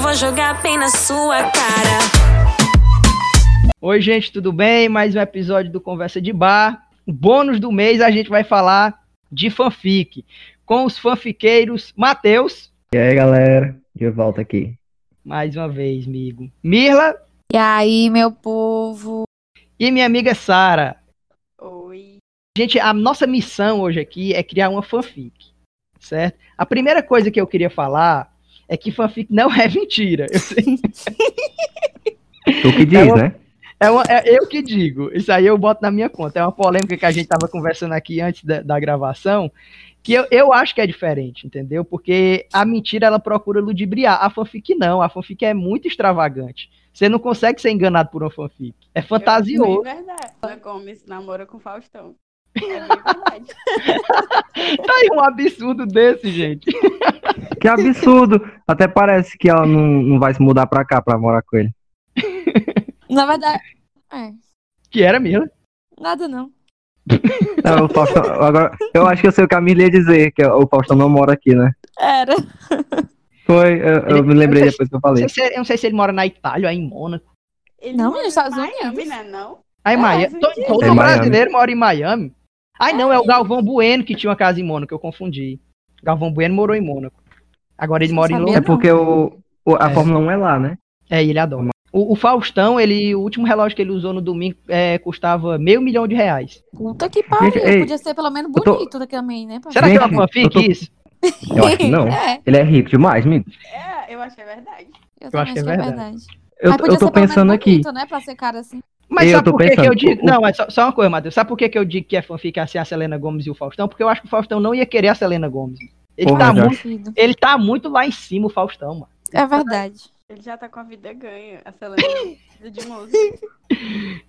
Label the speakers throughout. Speaker 1: vou jogar bem na sua cara.
Speaker 2: Oi, gente, tudo bem? Mais um episódio do Conversa de Bar. O bônus do mês a gente vai falar de fanfic com os fanfiqueiros Matheus.
Speaker 3: E aí, galera, de volta aqui.
Speaker 2: Mais uma vez, amigo. Mirla
Speaker 4: E aí, meu povo?
Speaker 2: e minha amiga Sara.
Speaker 4: Oi.
Speaker 2: Gente, a nossa missão hoje aqui é criar uma fanfic, certo? A primeira coisa que eu queria falar é que fanfic não é mentira. Eu sei-
Speaker 3: Tu que diz,
Speaker 2: Tá
Speaker 3: né?
Speaker 2: É, uma- é eu que digo. Isso aí eu boto na minha conta. É uma polêmica que a gente tava conversando aqui antes da, da gravação, que eu, eu acho que é diferente, entendeu? Porque a mentira ela procura ludibriar. A fanfic não. A fanfic é muito extravagante. Você não consegue ser enganado por uma fanfic. É fantasioso.
Speaker 5: É verdade. Ela come, se namora com Faustão. É bem verdade.
Speaker 2: Tá aí um absurdo desse, gente.
Speaker 3: Que absurdo! Até parece que ela não, não vai se mudar pra cá pra morar com ele.
Speaker 4: Na verdade. É,
Speaker 2: Que era mesmo.
Speaker 4: nada não.
Speaker 3: Não, o Faustão, agora, eu acho que eu sei o que a Mirley ia dizer, que o Faustão não mora aqui, né?
Speaker 4: Era.
Speaker 3: Foi, eu, eu me lembrei depois que eu
Speaker 2: Eu,
Speaker 3: falei.
Speaker 2: não sei se- eu não sei se ele mora na Itália ou é em Mônaco.
Speaker 5: Ele
Speaker 4: Não,
Speaker 5: mora
Speaker 4: nos Estados
Speaker 5: em Miami,
Speaker 4: Unidos.
Speaker 5: Né, não?
Speaker 2: Aí,
Speaker 5: É,
Speaker 2: Miami.
Speaker 5: mas
Speaker 2: to-
Speaker 5: onde é?
Speaker 2: Todo
Speaker 3: Em Miami.
Speaker 2: brasileiro mora em Miami. Ai, não, é o Galvão Bueno que tinha uma casa em Mônaco. Eu confundi. Galvão Bueno morou em Mônaco. Agora ele
Speaker 4: Não
Speaker 2: mora em
Speaker 4: sabia,
Speaker 2: Londres.
Speaker 3: É porque o, o- a
Speaker 2: É.
Speaker 3: Fórmula 1 é lá, né?
Speaker 2: É, ele adora. O, o Faustão, ele, o último relógio que ele usou no domingo é, custava meio milhão de reais.
Speaker 4: Puta que pariu.
Speaker 3: Gente, ei,
Speaker 4: Podia ser pelo menos
Speaker 3: eu tô-
Speaker 4: bonito também, né? pra-
Speaker 2: Será que é
Speaker 3: Gente,
Speaker 2: uma fanfic
Speaker 3: eu tô-
Speaker 2: isso?
Speaker 3: Eu acho que não.
Speaker 4: É,
Speaker 3: Ele é rico demais, amigo.
Speaker 5: É, eu acho que é verdade.
Speaker 4: eu,
Speaker 2: Eu acho
Speaker 4: também
Speaker 2: que é
Speaker 4: acho que é
Speaker 2: verdade.
Speaker 4: verdade.
Speaker 3: Eu,
Speaker 4: Mas podia
Speaker 3: eu tô
Speaker 4: ser pelo menos
Speaker 3: pensando aqui.
Speaker 4: bonito, né? Pra ser cara assim.
Speaker 2: Mas
Speaker 3: Eu
Speaker 2: sabe
Speaker 3: tô
Speaker 2: por que que
Speaker 3: pensando,
Speaker 2: eu digo.
Speaker 3: o- o-
Speaker 2: Não, mas só, só uma coisa, Matheus. Sabe por que que eu digo que é fanfic assim a Selena Gomes e o Faustão? Porque eu acho que o Faustão não ia querer a Selena Gomes. Ele,
Speaker 3: Porra,
Speaker 2: tá,
Speaker 3: já.
Speaker 2: muito, ele tá muito lá em cima, o Faustão, mano.
Speaker 4: É verdade.
Speaker 5: Ele já tá com a vida ganha. A Selena precisa de música.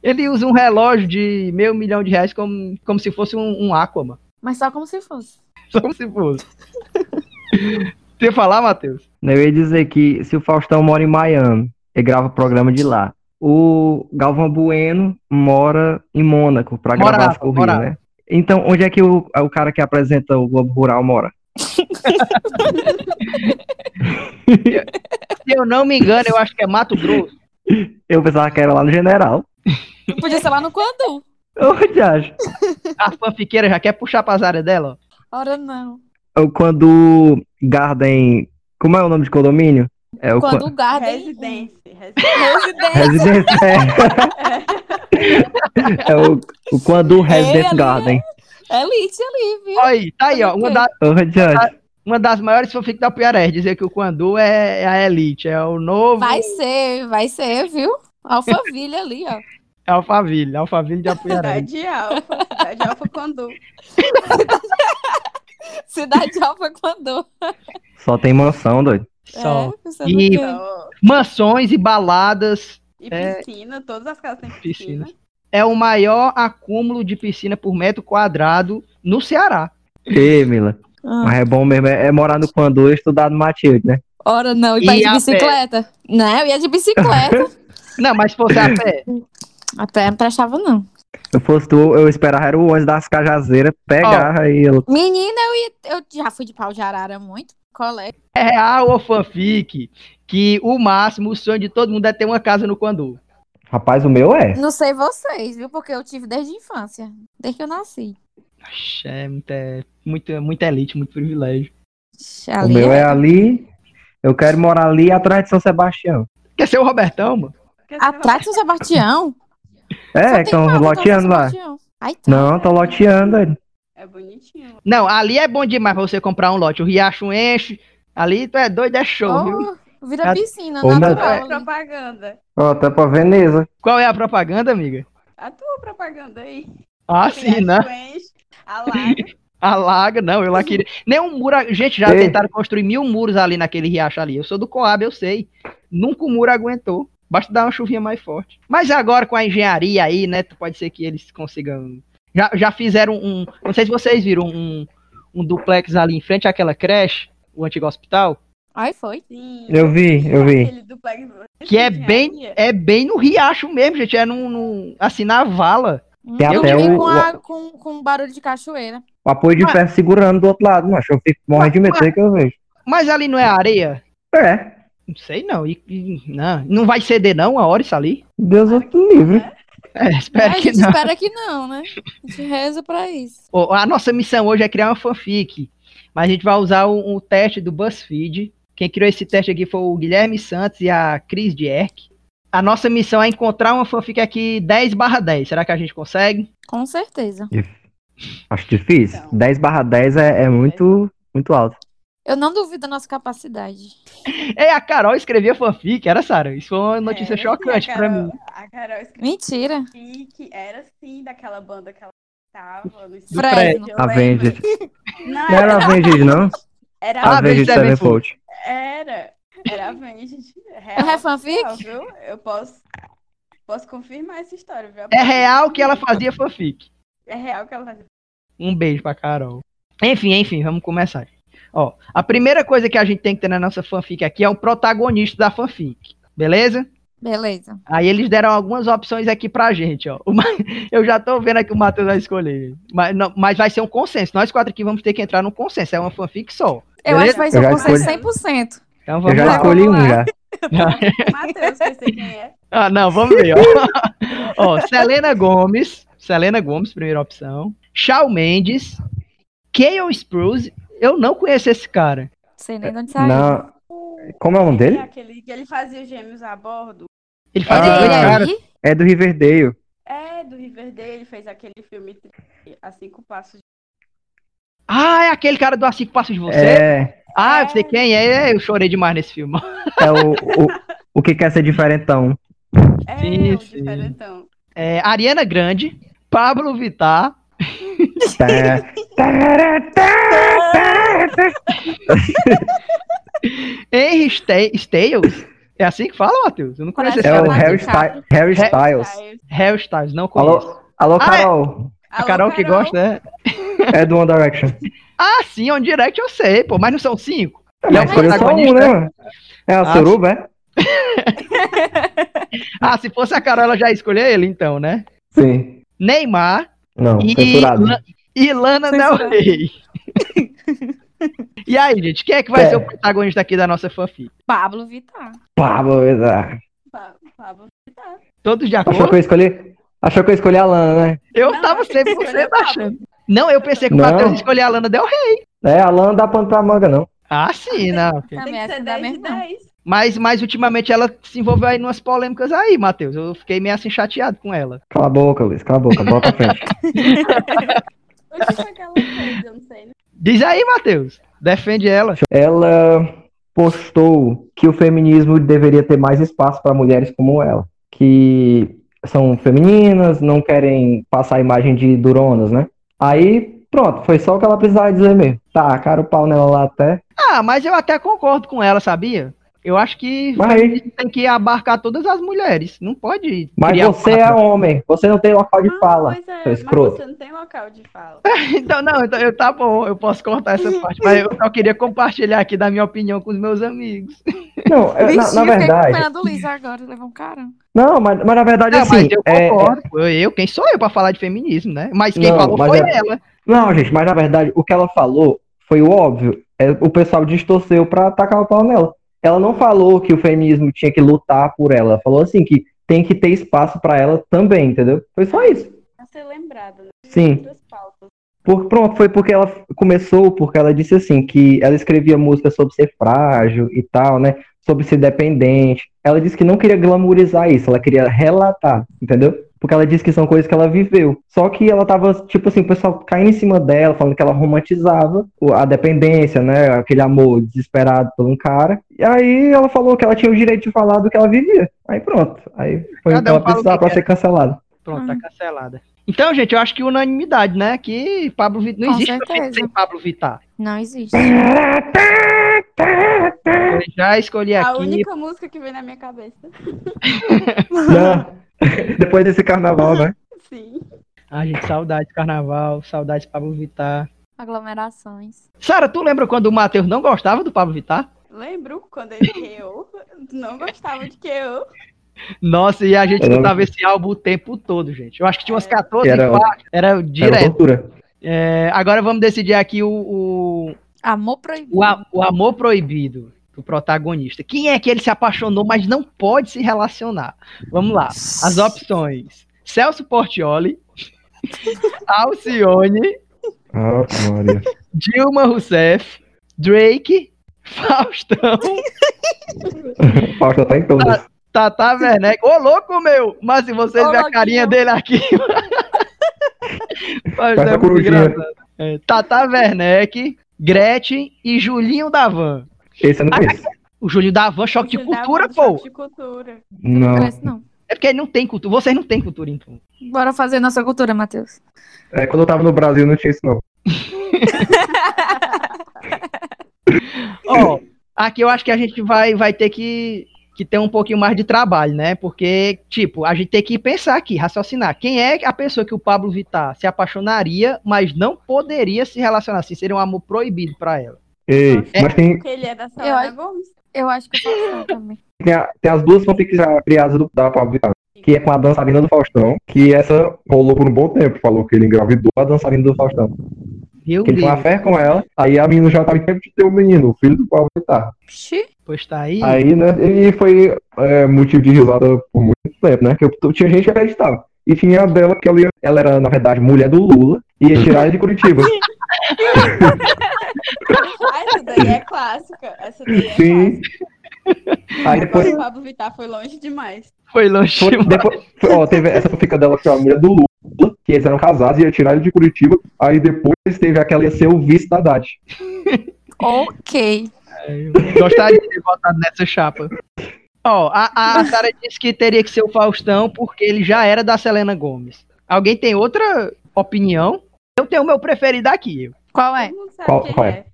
Speaker 2: Ele usa um relógio de meio milhão de reais como, como se fosse um, um Aquaman.
Speaker 4: Mas só como se fosse.
Speaker 2: Só como se fosse. Você falar, Matheus?
Speaker 3: Eu ia dizer que se o Faustão mora em Miami, ele grava programa de lá. O Galvão Bueno mora em Mônaco pra
Speaker 2: Morava,
Speaker 3: gravar as corridas,
Speaker 2: morava.
Speaker 3: né? Então, onde é que o, o cara que apresenta o Globo Rural mora?
Speaker 2: Se eu não me engano, eu acho que é Mato Grosso.
Speaker 3: Eu pensava que era lá no General.
Speaker 4: Podia ser lá no Quandu.
Speaker 3: Onde acho?
Speaker 2: A fanfiqueira já quer puxar pras áreas dela, ó.
Speaker 4: Ora não.
Speaker 3: Eu- É Quando o Garden. Como é o nome de condomínio? É o
Speaker 4: Quando o Garden.
Speaker 5: Residência. Residência.
Speaker 3: Quan-
Speaker 4: Residência.
Speaker 3: Residence. É, é o, o Quando Residence
Speaker 4: ali,
Speaker 3: Garden.
Speaker 4: Elite ali, viu?
Speaker 2: Olha aí, tá aí, ó. Uma, da-
Speaker 3: Onde acho?
Speaker 2: uma das maiores fanfics da Piaré, dizer que o Quandu é, é a elite, é o novo
Speaker 4: Vai ser, vai ser, viu? Alphaville ali, ó.
Speaker 2: Alphaville, Alphaville de Apuiaré.
Speaker 5: Cidade Alfa. Cidade Alfa quando.
Speaker 4: Cidade Alfa Quandu.
Speaker 3: Só tem mansão, doido.
Speaker 2: Só.
Speaker 4: É, pensando
Speaker 2: E-
Speaker 4: que-
Speaker 5: Só.
Speaker 2: Mansões e baladas
Speaker 5: E
Speaker 2: É.
Speaker 5: piscina. Todas as casas têm piscina.
Speaker 2: é o maior acúmulo de piscina por metro quadrado no Ceará.
Speaker 3: Ei, Mila.
Speaker 4: Ah.
Speaker 3: Mas é bom mesmo, é, é morar no Quando e estudar no Matilde, né?
Speaker 4: Ora, não,
Speaker 2: E
Speaker 4: e vai de
Speaker 2: a pé.
Speaker 4: bicicleta. Não, eu ia de bicicleta.
Speaker 2: Não, mas se fosse a pé,
Speaker 4: Até não prestava, não.
Speaker 3: Se eu fosse tu, eu esperava era o ônibus das cajazeiras pegar e eu-
Speaker 4: Menina, eu, ia, eu já fui de pau de arara muito. Colega.
Speaker 2: é real ou fanfic que o máximo, o sonho de todo mundo é ter uma casa no Quandu.
Speaker 3: Rapaz, o meu é.
Speaker 4: Não sei vocês, viu? Porque eu tive desde a infância. Desde que eu nasci.
Speaker 2: Oxe, É muita, muita, muita elite, muito privilégio.
Speaker 4: Ixi,
Speaker 3: O
Speaker 4: ali
Speaker 3: meu é
Speaker 4: era-
Speaker 3: ali. Eu quero morar ali atrás de São Sebastião.
Speaker 2: Quer ser o Robertão, mano?
Speaker 5: Porque você
Speaker 4: Atrás de São Sebastião?
Speaker 3: É, que estão
Speaker 4: tá
Speaker 3: loteando lá.
Speaker 4: então, Ai, tá.
Speaker 3: Não, estão loteando. doido.
Speaker 5: É bonitinho.
Speaker 2: Não, ali é bom demais pra você comprar um lote. O Riacho enche, ali tu é doido, é show, viu?
Speaker 4: Oh, vira
Speaker 2: Ah,
Speaker 4: piscina,
Speaker 3: ou na-
Speaker 5: É
Speaker 4: natural. ali.
Speaker 5: propaganda.
Speaker 3: Ó, até pra Veneza.
Speaker 2: Qual é a propaganda, amiga?
Speaker 5: A tua propaganda aí.
Speaker 2: Ah, sim, né?
Speaker 5: A Laga.
Speaker 2: Alaga, não, eu lá queria. Nem um muro. Gente, já
Speaker 3: Ei.
Speaker 2: tentaram construir mil muros ali naquele riacho ali. Eu sou do Coab, eu sei. Nunca o muro aguentou. Basta dar uma chuvinha mais forte. Mas agora com a engenharia aí, né? Pode ser que eles consigam. Já, já fizeram um. Não sei se vocês viram um, um duplex ali em frente àquela creche, o antigo hospital.
Speaker 4: Ai, foi.
Speaker 5: Sim.
Speaker 3: Eu vi, eu vi.
Speaker 5: Aquele duplex.
Speaker 2: Que é
Speaker 5: de
Speaker 2: bem,
Speaker 5: engenharia.
Speaker 2: é bem no riacho mesmo, gente. É num, num- assim na vala.
Speaker 3: Tem
Speaker 4: eu
Speaker 3: até
Speaker 4: vi
Speaker 3: o-
Speaker 4: com, a, com, com barulho de cachoeira.
Speaker 3: O apoio de
Speaker 2: Ué.
Speaker 3: ferro segurando do outro lado, macho. Eu fico morrendo de medo sei que eu vejo.
Speaker 2: Mas ali não é areia?
Speaker 3: É.
Speaker 2: Não sei não. E, e- não. Não vai ceder não a hora isso ali?
Speaker 3: Deus o livre.
Speaker 2: É, espero
Speaker 4: a
Speaker 2: que
Speaker 4: gente
Speaker 2: não.
Speaker 4: espera que não, né? A gente reza pra isso.
Speaker 2: Ó, A nossa missão hoje é criar uma fanfic. Mas a gente vai usar o, o teste do BuzzFeed. Quem criou esse teste aqui foi o Guilherme Santos e a Cris Dierck. A nossa missão é encontrar uma fanfic aqui 10 barra 10. Será que a gente consegue?
Speaker 4: Com certeza.
Speaker 3: Acho difícil.
Speaker 5: Então.
Speaker 3: 10 barra 10 é, é muito, muito alto.
Speaker 4: Eu não duvido da nossa capacidade.
Speaker 2: É, a Carol escrevia fanfic, era, Sara? Isso foi uma notícia é
Speaker 5: Era sim,
Speaker 2: chocante
Speaker 5: É, a
Speaker 2: pra
Speaker 5: Carol-
Speaker 2: mim.
Speaker 5: A Carol escreveu
Speaker 4: Mentira.
Speaker 5: que era sim daquela banda que ela tava no
Speaker 4: Fresno.
Speaker 5: eu
Speaker 3: Avenged.
Speaker 5: lembro. Não,
Speaker 3: Não era
Speaker 5: era,
Speaker 3: Avenged, não?
Speaker 5: era,
Speaker 2: Ah,
Speaker 3: Avenged
Speaker 2: Avenged
Speaker 3: Sevenfold.
Speaker 5: era, era Avenged. É
Speaker 2: É
Speaker 5: Real,
Speaker 4: Eu refanfic?
Speaker 5: real, viu? Eu posso, posso confirmar essa história, viu?
Speaker 2: É real que ela fazia fanfic.
Speaker 5: É real que ela fazia.
Speaker 2: Um beijo pra Carol. Enfim, enfim, vamos começar. Ó, a primeira coisa que a gente tem que ter na nossa fanfic aqui é o protagonista da fanfic. Beleza?
Speaker 4: Beleza.
Speaker 2: Aí eles deram algumas opções aqui pra gente, ó. O Ma- Eu já tô vendo aqui o Matheus vai escolher. Mas, não- mas vai ser um consenso. Nós quatro aqui vamos ter que entrar num consenso. É uma fanfic só.
Speaker 4: Eu acho que vai ser
Speaker 3: Eu
Speaker 4: um
Speaker 3: já
Speaker 4: conceito
Speaker 5: escolhi.
Speaker 4: 100%.
Speaker 2: Então
Speaker 3: Eu
Speaker 2: vamos
Speaker 3: já
Speaker 2: lá.
Speaker 3: escolhi
Speaker 4: vamos
Speaker 3: um
Speaker 4: lá.
Speaker 3: já.
Speaker 5: Matheus, que eu sei quem é.
Speaker 2: Ah, não, vamos ver, ó. ó, Selena Gomes. Selena Gomes, primeira opção. Shawn Mendes. Kale Spruce. Eu não conheço esse cara.
Speaker 4: Sei nem de
Speaker 2: Tá
Speaker 4: onde saiu.
Speaker 3: Na... Como é o nome
Speaker 5: É
Speaker 3: dele?
Speaker 5: aquele que ele fazia os gêmeos a bordo.
Speaker 2: Ele
Speaker 4: É
Speaker 2: faz
Speaker 3: Ah,
Speaker 4: dele
Speaker 3: cara.
Speaker 4: aí?
Speaker 3: É do Riverdale.
Speaker 5: É, do Riverdale, ele fez aquele filme A Cinco Passos.
Speaker 2: Ah, é aquele cara do A Cinco Passos de Você?
Speaker 3: É,
Speaker 2: Ah, eu sei quem é. Eu chorei demais nesse filme.
Speaker 3: é o, o, o que quer ser diferentão.
Speaker 5: É,
Speaker 2: Sim,
Speaker 5: o
Speaker 2: sim.
Speaker 5: diferentão.
Speaker 2: É, Ariana Grande. Pablo Vittar.
Speaker 3: Tá, tá, tá, tá, tá.
Speaker 2: Henry Sta- Styles? É assim que fala, Matheus? Eu não conheço esse
Speaker 4: Parece
Speaker 3: É
Speaker 2: cara.
Speaker 3: o
Speaker 4: Leonardo
Speaker 3: Harry,
Speaker 4: DiCaprio.
Speaker 3: Sty- Harry Styles.
Speaker 5: Aí,
Speaker 2: Harry Styles, não conheço.
Speaker 3: Alô, alô
Speaker 2: Ah, é.
Speaker 3: Carol.
Speaker 2: A Carol que gosta, né?
Speaker 3: É do One Direction.
Speaker 2: Ah, sim, on direct eu sei, pô, mas não são cinco? Ele é
Speaker 3: Ela
Speaker 2: o
Speaker 3: escolheu só um,
Speaker 2: protagonista.
Speaker 3: né? mano? É a
Speaker 2: Ah,
Speaker 3: suruba, é?
Speaker 2: Ah, se fosse a Carol, ela já escolheu ele, então, né?
Speaker 3: Sim.
Speaker 2: Neymar
Speaker 3: Não,
Speaker 2: e,
Speaker 3: censurado.
Speaker 2: Lan- e Lana Del
Speaker 4: Censurado.
Speaker 2: Rey. e aí, gente, quem é que vai
Speaker 3: É.
Speaker 2: ser o protagonista aqui da nossa fanfic?
Speaker 4: Pablo Vittar.
Speaker 3: Pablo, Vittar.
Speaker 5: Pa- Pablo.
Speaker 2: Todos de
Speaker 3: achou que
Speaker 2: acordo?
Speaker 3: eu escolhi? Achou que eu escolhi a Lana, né?
Speaker 2: Eu
Speaker 5: Não,
Speaker 2: tava
Speaker 5: você escolheu
Speaker 2: 100%
Speaker 5: o Pablo.
Speaker 2: achando. Não, eu pensei que o
Speaker 3: Não.
Speaker 2: Matheus escolheu a Lana Del Rey.
Speaker 3: É, a Lana não dá pano pra manga, não.
Speaker 2: Ah, sim, não.
Speaker 5: Tem
Speaker 4: Também
Speaker 5: que
Speaker 4: acho
Speaker 5: ser
Speaker 4: que
Speaker 5: 10 é
Speaker 4: dá
Speaker 5: de
Speaker 4: mesmo. não.
Speaker 5: 10.
Speaker 2: Mas, mas ultimamente ela se envolveu aí em umas polêmicas aí, Matheus. Eu fiquei meio assim chateado com ela.
Speaker 3: Cala a boca, Luiz, cala a boca, bota pra frente.
Speaker 5: O que foi que ela fez? Eu não sei. né?
Speaker 2: Diz aí, Matheus. Defende ela.
Speaker 3: Ela postou que o feminismo deveria ter mais espaço pra mulheres como ela, que são femininas, não querem passar a imagem de duronas, né? Aí, pronto, foi só o que ela precisava dizer mesmo. Tá, cara, o pau nela lá até.
Speaker 2: Ah, mas eu até concordo com ela, sabia? Eu acho que
Speaker 3: Mas aí,
Speaker 2: tem que abarcar todas as mulheres. Não pode.
Speaker 3: Mas
Speaker 2: criar
Speaker 3: você é
Speaker 2: quatro.
Speaker 3: homem, você não tem local de
Speaker 5: Ah,
Speaker 3: fala.
Speaker 5: Pois é,
Speaker 3: seu
Speaker 5: mas
Speaker 3: escroto.
Speaker 5: você não tem local de fala.
Speaker 3: é
Speaker 2: Então, não, então, eu, tá bom, eu posso cortar essa parte. Mas eu só queria compartilhar aqui da minha opinião com os meus amigos.
Speaker 3: Não, eu- É, na,
Speaker 4: Vixe,
Speaker 3: na
Speaker 4: eu fiquei com
Speaker 3: verdade.
Speaker 4: pena do Luiz agora, levou um carão.
Speaker 3: Não, mas, mas na verdade,
Speaker 2: Não,
Speaker 3: assim.
Speaker 2: mas eu
Speaker 3: é-
Speaker 2: concordo. Eu, eu, quem sou eu pra falar de feminismo, né? Mas quem
Speaker 3: Não,
Speaker 2: falou
Speaker 3: mas
Speaker 2: foi
Speaker 3: é-
Speaker 2: ela.
Speaker 3: não, gente, mas na verdade, o que ela falou foi o óbvio. É, o pessoal distorceu pra atacar o pau nela. Ela não falou que o feminismo tinha que lutar por ela. Ela falou assim que tem que ter espaço pra ela também, entendeu? Foi só isso.
Speaker 5: Pra ser lembrada, né?
Speaker 3: Sim.
Speaker 5: Outras pautas.
Speaker 3: Por- pronto, foi porque ela começou, porque ela disse assim, que ela escrevia música sobre ser frágil e tal, né? Sobre ser dependente. Ela disse que não queria glamourizar isso, ela queria relatar, entendeu? Porque ela disse que são coisas que ela viveu. Só que ela tava, tipo assim, o pessoal caindo em cima dela, falando que ela romantizava o- a dependência, né? Aquele amor desesperado por um cara. E aí ela falou que ela tinha o direito de falar do que ela vivia. Aí pronto. Aí foi o que
Speaker 2: Cada um fala o
Speaker 3: ela
Speaker 2: que
Speaker 3: precisava pra
Speaker 2: quer.
Speaker 3: ser cancelada.
Speaker 2: Pronto, tá cancelada. Então, gente, eu acho que unanimidade, né? Que Pablo Vittar. Não
Speaker 4: Com
Speaker 2: existe
Speaker 4: certeza.
Speaker 2: fanfic sem Pablo Vittar.
Speaker 4: Não existe.
Speaker 2: Eu já escolhi
Speaker 5: A
Speaker 2: É aqui.
Speaker 5: única música que vem na minha cabeça.
Speaker 3: Não. Depois desse carnaval, né?
Speaker 5: Sim.
Speaker 2: Ah, gente, saudades do carnaval, saudades do Pablo Vittar.
Speaker 4: Aglomerações.
Speaker 2: Sara, tu lembra quando o Matheus não gostava do Pablo Vittar?
Speaker 5: Lembro quando ele queou. Não gostava de queou.
Speaker 2: Nossa, e a gente
Speaker 3: Eu não-
Speaker 2: escutava esse álbum o tempo todo, gente. Eu acho que tinha umas 14
Speaker 3: Era-
Speaker 2: faixas, era
Speaker 3: Era
Speaker 2: direto.
Speaker 3: tortura.
Speaker 2: É, agora vamos decidir aqui o, o,
Speaker 4: Amor proibido.
Speaker 2: o, a- o Amor Proibido. do protagonista. Quem é que ele se apaixonou, mas não pode se relacionar? Vamos lá. As opções: Celso Portioli, Alcione,
Speaker 3: Ah, Maria.
Speaker 2: Dilma Rousseff, Drake, Faustão,
Speaker 3: Falta tá em todas.
Speaker 2: Tata Werneck. Ô, louco, meu! Mas se vocês
Speaker 4: Ô,
Speaker 2: verem a
Speaker 4: louquinho.
Speaker 2: carinha dele aqui. Mas
Speaker 3: Parece
Speaker 2: é
Speaker 3: a
Speaker 2: muito
Speaker 3: corujinha.
Speaker 2: engraçado. É, Tata Werneck, Gretchen e Julinho da Van.
Speaker 3: Esse eu não conheço.
Speaker 2: O Julinho da Van, choque de cultura, pô.
Speaker 5: Choque de cultura.
Speaker 3: Não.
Speaker 4: Parece não.
Speaker 2: É porque ele não tem cultura. Vocês não têm cultura, então.
Speaker 4: Bora fazer nossa cultura, Matheus.
Speaker 3: É, quando eu tava no Brasil não tinha isso, não.
Speaker 2: Ó, aqui eu acho que a gente vai, vai ter que, que ter um pouquinho mais de trabalho, né? Porque, tipo, a gente tem que pensar aqui, raciocinar. Quem é a pessoa que o Pablo Vittar se apaixonaria, mas não poderia se relacionar? Assim, seria um amor proibido pra ela.
Speaker 3: Ei,
Speaker 5: É.
Speaker 3: mas tem,
Speaker 5: Porque ele é da
Speaker 4: Eu
Speaker 5: Selena
Speaker 4: acho-
Speaker 5: Gomes.
Speaker 4: Eu acho que eu faço não também.
Speaker 3: tem, a- tem as duas fanfics já criadas do, da Pablo Vittar, que é com a dançarina do Faustão, que essa rolou por um bom tempo, falou que ele engravidou a dançarina do Faustão.
Speaker 2: Meu
Speaker 3: Que ele tinha
Speaker 2: Deus,
Speaker 3: uma fé com ela, aí a menina já tava em tempo de ter um menino, o filho do Pablo Vittar.
Speaker 4: Xi.
Speaker 2: pois tá aí.
Speaker 3: Aí, né, ele foi é, motivo de risada por muito tempo, né? Que eu, tinha gente que acreditava. E tinha a dela, que ela, ia- ela era, na verdade, mulher do Lula, e ia tirar ele de Curitiba.
Speaker 5: Ah, essa daí é clássica. Essa daí é
Speaker 3: Sim. Aí
Speaker 5: Agora
Speaker 3: depois,
Speaker 5: o Pablo Vittar foi longe demais.
Speaker 2: Foi longe.
Speaker 3: foi-
Speaker 2: demais.
Speaker 3: depois foi- ó, teve essa fica dela que é a mulher do Lula, que eles eram casados, ia tirar ele de Curitiba. Aí depois teve aquela ia ser o vice da Haddad.
Speaker 4: Ok.
Speaker 2: Gostaria de ter votado nessa chapa. Ó, a, a Sara disse que teria que ser o Faustão porque ele já era da Selena Gomes. Alguém tem outra opinião? Eu tenho o meu preferido aqui.
Speaker 4: Qual é?
Speaker 5: Todo mundo sabe
Speaker 3: Qual-
Speaker 5: quem
Speaker 3: qual é?
Speaker 5: é.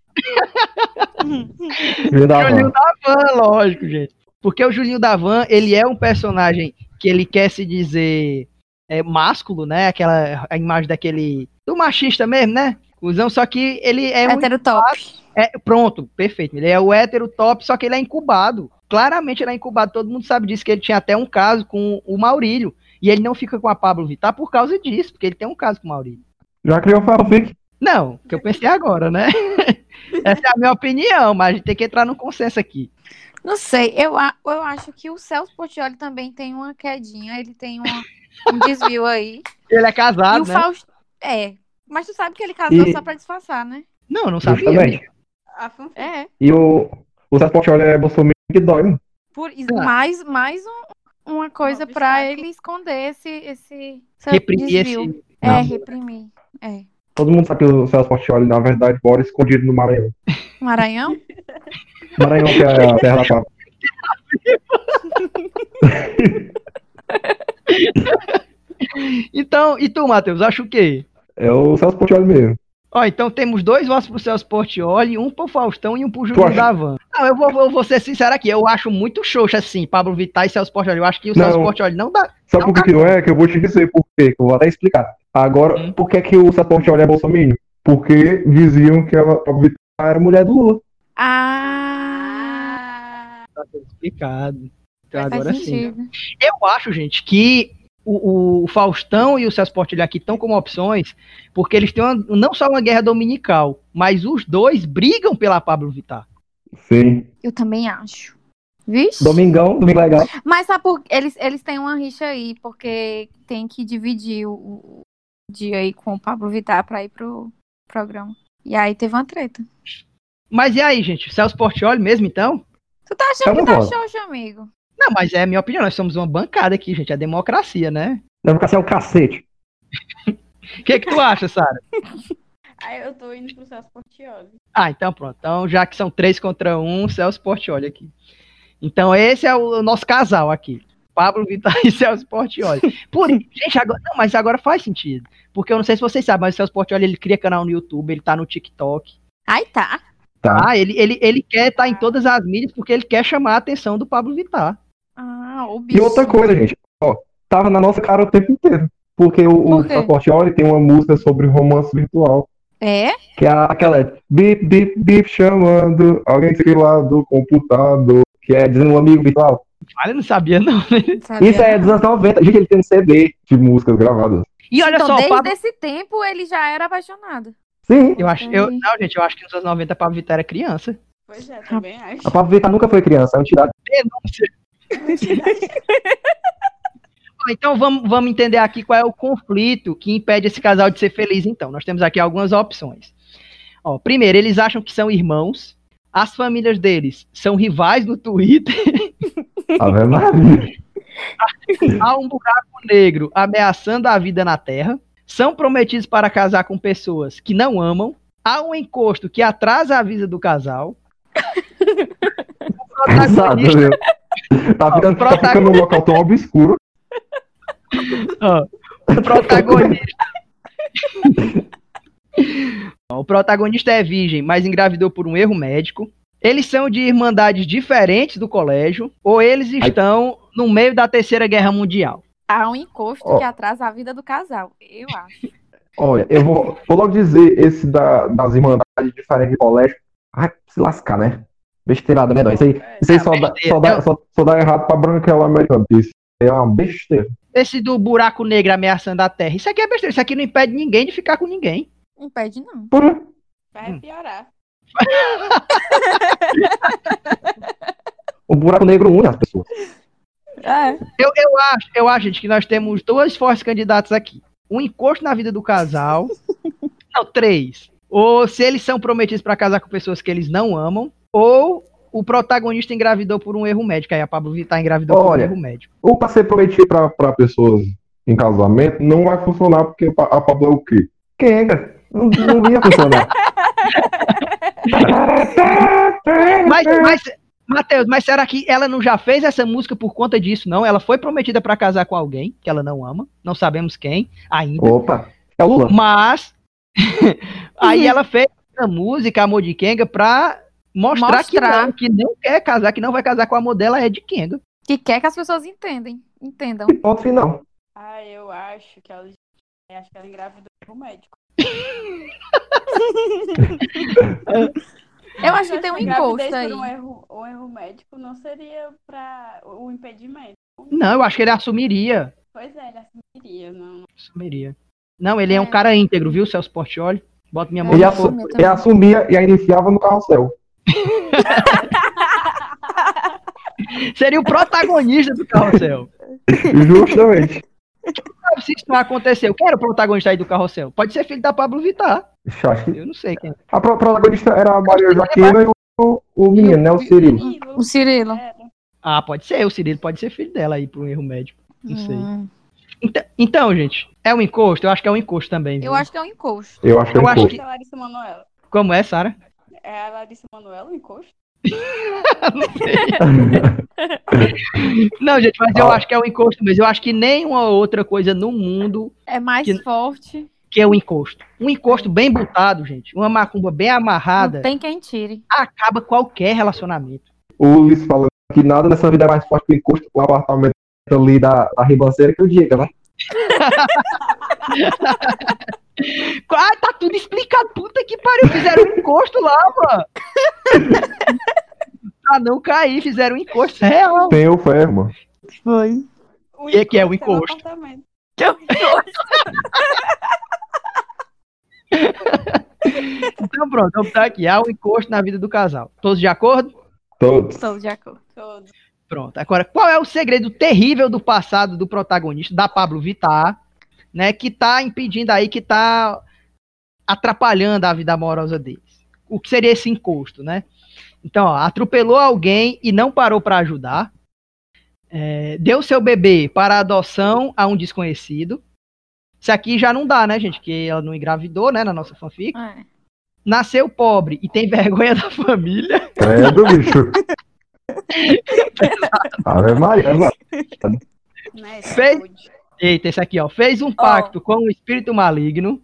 Speaker 3: Filho da
Speaker 2: Julinho
Speaker 3: mãe.
Speaker 2: da Van, lógico, gente. Porque o Julinho da Van, ele é um personagem que ele quer se dizer é, másculo, né? Aquela a imagem daquele. do machista mesmo, né? Cusão, só que ele é um
Speaker 4: Hétero top.
Speaker 2: É, pronto, perfeito. Ele é o hétero top, só que ele é incubado. Claramente ele é incubado, todo mundo sabe disso, que ele tinha até um caso com o Maurílio. E ele não fica com a Pablo Vittar por causa disso, porque ele tem um caso com o Maurílio.
Speaker 3: Já criou fanfic.
Speaker 2: Não, que eu pensei agora, né? Essa é a minha opinião, mas a gente tem que entrar num consenso aqui.
Speaker 4: Não sei, eu, a- eu acho que o Celso Portioli também tem uma quedinha, ele tem uma- um desvio aí.
Speaker 2: Ele é
Speaker 4: e
Speaker 2: casado,
Speaker 4: o
Speaker 2: né?
Speaker 4: Faustão. É. Mas tu sabe que ele casou
Speaker 3: E-
Speaker 4: só pra disfarçar, né?
Speaker 2: Não, eu não sabia. né?
Speaker 3: Justamente.
Speaker 5: A fanfic.
Speaker 4: É.
Speaker 3: E o, o Celso Portiolli é bolsominion que dói. né?
Speaker 4: Por, isso-
Speaker 2: Ah.
Speaker 4: Mais, mais um- uma coisa
Speaker 5: Um
Speaker 4: pra
Speaker 5: obstáculo.
Speaker 4: ele esconder esse, esse seu
Speaker 2: Reprimir
Speaker 4: desvio.
Speaker 2: esse.
Speaker 4: É, reprimir. É.
Speaker 3: Todo mundo sabe que o Celso Portiolli, na verdade, mora escondido no Maranhão.
Speaker 4: Maranhão?
Speaker 3: Maranhão, que é a terra da Pablo.
Speaker 2: Então, e tu, Matheus, acha o quê?
Speaker 3: É o Celso Portiolli mesmo.
Speaker 2: Ó, então temos dois votos pro Celso Portioli, um pro Faustão e um pro
Speaker 3: Tu
Speaker 2: Júlio
Speaker 3: acha?
Speaker 2: Davan. Não, eu vou, eu vou ser sincero aqui, eu acho muito xoxo assim, Pablo Vittar e Celso Portioli. Eu acho que o
Speaker 3: Não.
Speaker 2: Celso Portioli não dá.
Speaker 3: Sabe
Speaker 4: um
Speaker 2: Não
Speaker 3: por que,
Speaker 2: tá
Speaker 3: que não é? Que eu vou te dizer por quê, que eu vou até explicar. Agora,
Speaker 2: Hum.
Speaker 3: por que, que o Celso Portiolli é bolsominion? Porque diziam que ela a Vittar era mulher do Lula.
Speaker 4: Ah,
Speaker 2: Tá tudo explicado. Então
Speaker 4: faz
Speaker 2: agora sim.
Speaker 4: sentido.
Speaker 2: Eu acho, gente, que o, o Faustão e o Celso Portioli aqui estão como opções, porque eles têm uma- não só uma guerra dominical, mas os dois brigam pela Pablo Vittar.
Speaker 3: Sim.
Speaker 4: Eu também acho. Vixe.
Speaker 3: Domingão, domingo legal.
Speaker 4: Mas sabe por eles, eles têm uma rixa aí, porque tem que dividir o, o dia aí com o Pablo Vittar pra ir pro programa. E aí teve uma treta.
Speaker 2: Mas e aí, gente? Celso Portioli mesmo, então?
Speaker 4: Tu tá achando
Speaker 3: Tá
Speaker 4: que tá
Speaker 3: bom.
Speaker 4: xoxo, amigo?
Speaker 2: Não, mas é a minha opinião. Nós somos uma bancada aqui, gente. É democracia, né?
Speaker 3: Democracia é o cacete.
Speaker 2: O que, que tu acha, Sara?
Speaker 5: Aí eu tô indo pro Celso Portioli.
Speaker 2: Ah, então pronto. Então, já que são três contra um, Celso Portioli aqui. Então, esse é o nosso casal aqui. Pablo Vittar e Celso Portioli. Por, gente, agora, não, mas agora faz sentido. Porque eu não sei se vocês sabem, mas o Celso Portioli, ele cria canal no YouTube, ele tá no TikTok.
Speaker 4: Aí tá.
Speaker 3: Tá.
Speaker 2: Ah, ele, ele, ele quer estar em todas as mídias porque ele quer chamar a atenção do Pablo Vittar.
Speaker 4: Ah, o bicho.
Speaker 3: E outra coisa, gente. Ó, tava na nossa cara o tempo inteiro. Porque o,
Speaker 4: Por
Speaker 3: o
Speaker 4: quê?
Speaker 3: Celso Portiolli tem uma música sobre romance virtual.
Speaker 4: É?
Speaker 3: Que é aquela bip, bip, bip chamando alguém sei lá do computador. Que é dizendo um amigo virtual.
Speaker 2: Ah, eu não sabia, não.
Speaker 4: Sabia?
Speaker 3: Isso é dos anos 90. Gente, ele tem um CD de músicas gravadas.
Speaker 2: E olha
Speaker 4: então,
Speaker 2: só, o
Speaker 4: desde
Speaker 2: Pablo.
Speaker 4: esse tempo ele já era apaixonado.
Speaker 3: Sim.
Speaker 2: Eu acho, eu, não, gente, eu acho que nos anos 90 Pablo Vittar era criança.
Speaker 5: Pois é, também acho.
Speaker 3: A Pablo Vittar nunca foi criança, é um tirado.
Speaker 2: Denúncia.
Speaker 4: Então é
Speaker 2: Ó, Então vamos, vamos entender aqui qual é o conflito que impede esse casal de ser feliz. Então, nós temos aqui algumas opções. Ó, primeiro, eles acham que são irmãos. As famílias deles são rivais no Twitter.
Speaker 3: Ave Maria.
Speaker 2: Há um buraco negro ameaçando a vida na Terra. São prometidos para casar com pessoas que não amam. Há um encosto que atrasa a vida do casal. O
Speaker 3: Pesado,
Speaker 2: protagonista
Speaker 3: viu? Tá ficando, tá
Speaker 2: protagonista-
Speaker 3: ficando num local tão obscuro.
Speaker 2: Ó, o protagonista. Ó, o protagonista é virgem, mas engravidou por um erro médico. Eles são de irmandades diferentes do colégio, ou eles estão no meio da Terceira Guerra Mundial.
Speaker 4: Há um encosto
Speaker 6: Ó.
Speaker 4: que atrasa a vida do casal, eu acho.
Speaker 6: Olha, eu vou, vou logo dizer esse da, das irmandades diferentes de colégio. Ai, se lascar, né? Besteirada, né? Dói? Isso aí, isso aí só, dá, só, dá, só, só dá errado pra branquela americana. Isso aí é uma besteira.
Speaker 2: Esse do buraco negro ameaçando a Terra. Isso aqui é besteira, isso aqui não impede ninguém de ficar com ninguém.
Speaker 4: Impede não.
Speaker 6: Porra.
Speaker 5: Vai piorar.
Speaker 6: O buraco negro une as pessoas.
Speaker 4: É.
Speaker 2: Eu, eu acho, eu acho, gente, que nós temos dois fortes candidatos aqui. Um encosto na vida do casal. não, três. Ou se eles são prometidos para casar com pessoas que eles não amam, ou o protagonista engravidou por um erro médico. Aí a Pablo Vittar engravidou por um
Speaker 6: Olha.
Speaker 2: erro médico.
Speaker 6: Ou pra ser prometido pra, pra pessoas em casamento, não vai funcionar porque a a Pablo é o quê?
Speaker 3: Quenga. Não, não ia funcionar.
Speaker 2: Mas, mas Matheus, mas será que ela não já fez essa música por conta disso, não? Ela foi prometida para casar com alguém que ela não ama, não sabemos quem ainda.
Speaker 3: Opa. É o Lula.
Speaker 2: Mas
Speaker 4: Uhum.
Speaker 2: aí ela fez a música Amor de Kenga pra mostrar, Que,
Speaker 4: Mostrar.
Speaker 2: não, que não quer casar, que não vai casar com a modela é de Kenga.
Speaker 4: Que quer que as pessoas entendem. Entendam.
Speaker 3: E ponto final.
Speaker 5: Ah, eu acho que ela. eu Acho que ela engravidou com o médico.
Speaker 4: Eu acho que
Speaker 5: Se
Speaker 4: tem um
Speaker 5: fosse gravidez
Speaker 4: encosto aí.
Speaker 5: Por um, erro, um erro médico não seria pra um impedimento.
Speaker 2: Não, eu acho que ele assumiria.
Speaker 5: Pois é, ele assumiria. Não...
Speaker 2: Assumiria. Não, ele é, um
Speaker 4: É.
Speaker 2: cara íntegro, viu, Celso Portioli? Bota minha mão
Speaker 6: Ele,
Speaker 2: no
Speaker 4: assu-
Speaker 2: fogo.
Speaker 6: assu-
Speaker 4: eu também.
Speaker 6: ele assumia e aí enfiava no carrossel.
Speaker 2: Seria o protagonista do carrossel.
Speaker 6: Justamente.
Speaker 2: Sabe Se isso não aconteceu, quem era o protagonista aí do carrossel? Pode ser filho da Pablo Vittar.
Speaker 6: Acho que
Speaker 2: Eu não sei quem.
Speaker 6: A pro- protagonista era a Maria Joaquina e o, o menino, né? O Cirilo.
Speaker 5: Cirilo,
Speaker 4: O Cirilo.
Speaker 5: é,
Speaker 2: Ah, pode ser, o Cirilo pode ser filho dela aí por um erro médico. Não sei.
Speaker 4: Hum.
Speaker 2: Então, então, gente, é um encosto? Eu acho que é um encosto também.
Speaker 4: Eu
Speaker 2: viu?
Speaker 4: acho que é um encosto.
Speaker 6: Eu acho que
Speaker 2: Eu
Speaker 6: ele
Speaker 2: acho
Speaker 6: foi.
Speaker 2: que-
Speaker 5: É a Larissa Manoela.
Speaker 2: Como é, Sara?
Speaker 5: É a Larissa Manoela, o encosto?
Speaker 2: Não, gente, mas eu
Speaker 6: Ah.
Speaker 2: acho que é o encosto mesmo. Eu acho que nenhuma outra coisa no mundo
Speaker 4: É mais
Speaker 2: Que-
Speaker 4: forte.
Speaker 2: que é o encosto. Um encosto bem botado, gente, uma macumba bem
Speaker 4: Não
Speaker 2: amarrada,
Speaker 4: tem quem tire.
Speaker 2: acaba qualquer relacionamento.
Speaker 6: O Luiz falando que nada nessa vida é mais forte que o encosto do apartamento ali da, da ribanceira que o diga, né?
Speaker 2: Ah, tá tudo explicado. Puta que pariu. Fizeram um encosto lá, mano. pra não cair, fizeram um encosto real.
Speaker 6: Tem o ferro, mano.
Speaker 4: Foi.
Speaker 5: O
Speaker 2: Que que é o
Speaker 5: no
Speaker 2: encosto?
Speaker 5: apartamento.
Speaker 2: Então pronto, vamos estar aqui. Há um encosto na vida do casal. Todos de acordo?
Speaker 6: Todos.
Speaker 4: Estou de acordo.
Speaker 5: Todo.
Speaker 2: Pronto. Agora, qual é o segredo terrível do passado do protagonista, da Pablo Vittar, né? Que tá impedindo aí, que tá atrapalhando a vida amorosa deles. O que seria esse encosto, né? Então, ó, atropelou alguém e não parou para ajudar. É, deu seu bebê para adoção a um desconhecido. Isso aqui já não dá, né, gente? Que ela não engravidou, né, na nossa fanfic.
Speaker 4: É.
Speaker 2: Nasceu pobre e tem vergonha da família.
Speaker 6: Credo, bicho. Ave Maria, mano.
Speaker 5: Né?
Speaker 2: Fez-
Speaker 5: saúde.
Speaker 2: Eita, esse aqui, ó. Fez um pacto com um espírito maligno.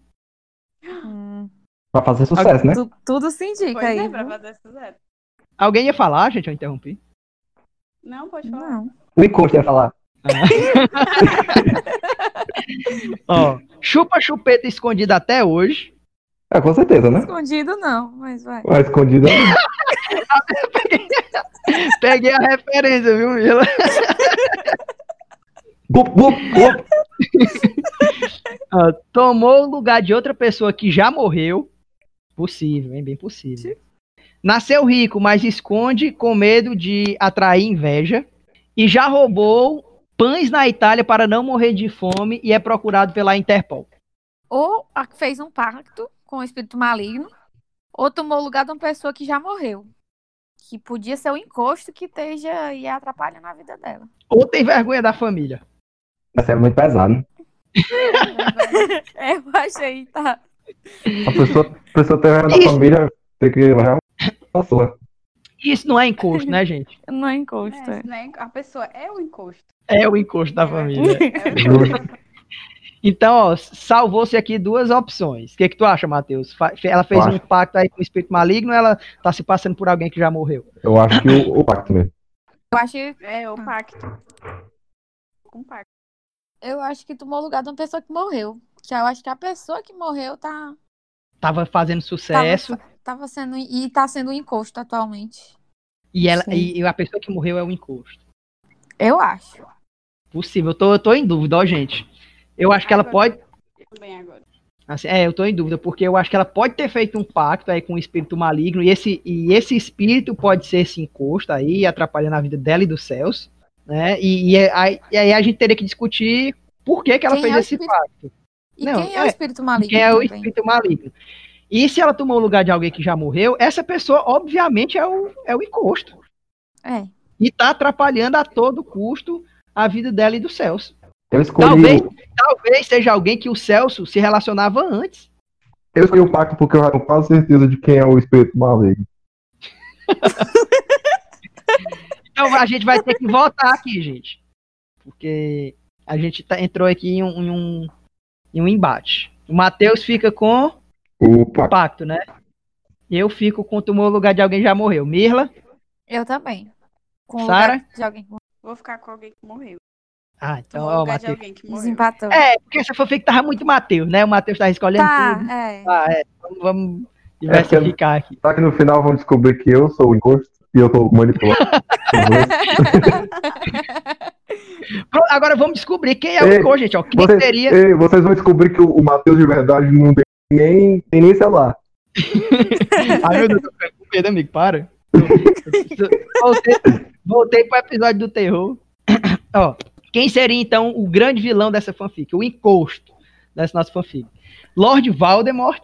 Speaker 4: Hum.
Speaker 3: Pra fazer sucesso, né?
Speaker 4: Tu- tudo se indica
Speaker 5: Pois
Speaker 4: aí.
Speaker 5: é,
Speaker 4: viu?
Speaker 5: pra fazer sucesso.
Speaker 2: Alguém ia falar, gente? Eu interrompi.
Speaker 5: Não, pode falar.
Speaker 4: Não.
Speaker 3: O encosto ia falar.
Speaker 2: Ó, chupa chupeta escondida até hoje.
Speaker 3: É, com certeza, né?
Speaker 4: Escondido não, mas vai.
Speaker 6: Vai escondida.
Speaker 2: Peguei a referência, viu, Mila?
Speaker 6: Gup, gup, gup.
Speaker 2: Ó, tomou o lugar de outra pessoa que já morreu. Possível, hein? Bem possível. Nasceu rico, mas esconde com medo de atrair inveja. E já roubou pães na Itália para não morrer de fome e é procurado pela Interpol.
Speaker 4: Ou a- fez um pacto com o espírito maligno, ou tomou o lugar de uma pessoa que já morreu. Que podia ser o encosto que esteja aí atrapalhando a vida dela.
Speaker 2: Ou tem vergonha da família.
Speaker 3: Essa é muito
Speaker 6: né?
Speaker 3: pesada.
Speaker 4: Eu achei, tá?
Speaker 6: A pessoa, a pessoa tem vergonha da
Speaker 2: Isso.
Speaker 6: família, tem que levar uma sua.
Speaker 2: Isso não é encosto, né, gente?
Speaker 4: Não é encosto.
Speaker 5: É,
Speaker 4: é.
Speaker 5: isso não é enco- a pessoa é o encosto.
Speaker 2: É o encosto da família.
Speaker 5: É o encosto.
Speaker 2: Então, ó, salvou-se aqui duas opções. O que, que tu acha, Matheus? Fa- fe- Ela fez
Speaker 6: Eu
Speaker 2: um pacto aí com o espírito maligno, ela tá se passando por alguém que já morreu.
Speaker 6: Eu acho que o, o pacto mesmo.
Speaker 4: Eu achei
Speaker 5: É o pacto. Um pacto.
Speaker 4: Eu acho que tomou o lugar de uma pessoa que morreu. Que eu acho que a pessoa que morreu tá.
Speaker 2: Tava fazendo sucesso
Speaker 4: Tava, tava sendo. E tá sendo um encosto atualmente.
Speaker 2: e, ela,
Speaker 4: Sim.
Speaker 2: e a pessoa que morreu é o encosto.
Speaker 4: Eu acho.
Speaker 2: Possível. Eu tô, eu tô em dúvida, ó, gente. Eu acho que ela pode.
Speaker 5: Eu também agora.
Speaker 2: Assim, é, eu tô em dúvida, porque eu acho que ela pode ter feito um pacto aí com um espírito maligno, e esse, e esse espírito pode ser esse encosto aí, atrapalhando a vida dela e dos céus, né? E, e é- aí, e aí a gente teria que discutir por que, que ela
Speaker 4: Quem
Speaker 2: fez
Speaker 4: é o
Speaker 2: esse
Speaker 4: espírito
Speaker 2: pacto.
Speaker 4: E
Speaker 2: Não,
Speaker 4: quem é, o
Speaker 2: é.
Speaker 4: espírito maligno?
Speaker 2: Quem é o
Speaker 4: também?
Speaker 2: espírito maligno. E se ela tomou o lugar de alguém que já morreu, essa pessoa, obviamente, é o, é o encosto.
Speaker 4: É.
Speaker 2: E tá atrapalhando a todo custo a vida dela e dos céus.
Speaker 3: Eu escolhi.
Speaker 2: Talvez. Talvez seja alguém que o Celso se relacionava antes.
Speaker 6: Eu escolhi o pacto porque eu já tenho quase certeza de quem é o espírito maligno.
Speaker 2: Então a gente vai ter que votar aqui, gente. Porque a gente tá- entrou aqui em um, em um, em um embate. O Matheus fica com
Speaker 6: O
Speaker 2: o
Speaker 6: pacto.
Speaker 2: pacto, né? Eu fico com tomou o lugar de alguém que já morreu. Mirla?
Speaker 4: Eu também. Com o
Speaker 2: Sara?
Speaker 4: lugar de alguém que
Speaker 5: Vou ficar com alguém que morreu.
Speaker 2: Ah, então
Speaker 5: Tomou
Speaker 2: ó,
Speaker 5: o
Speaker 2: o
Speaker 5: lugar de
Speaker 2: Matheus.
Speaker 5: alguém que morreu.
Speaker 4: desempatou.
Speaker 2: É, porque essa fanfic tava muito Matheus, né? O Matheus tava escolhendo
Speaker 4: tá,
Speaker 2: tudo.
Speaker 4: é.
Speaker 2: Ah, é. Vamos, vamos diversificar aqui.
Speaker 6: Só que no final vão descobrir que eu sou o encosto e eu tô manipulando.
Speaker 2: Pronto, agora vamos descobrir quem é o
Speaker 6: Ei,
Speaker 2: Igor, gente. Ó, quem
Speaker 6: você-
Speaker 2: seria.
Speaker 6: Ei, vocês vão descobrir que o, o Matheus de verdade não tem nem, tem nem celular.
Speaker 2: Ai, meu Deus, eu fico com medo, amigo, para. voltei, voltei pro episódio do terror. Ó, quem seria então o grande vilão dessa fanfic? O encosto dessa nossa fanfic. Lord Voldemort,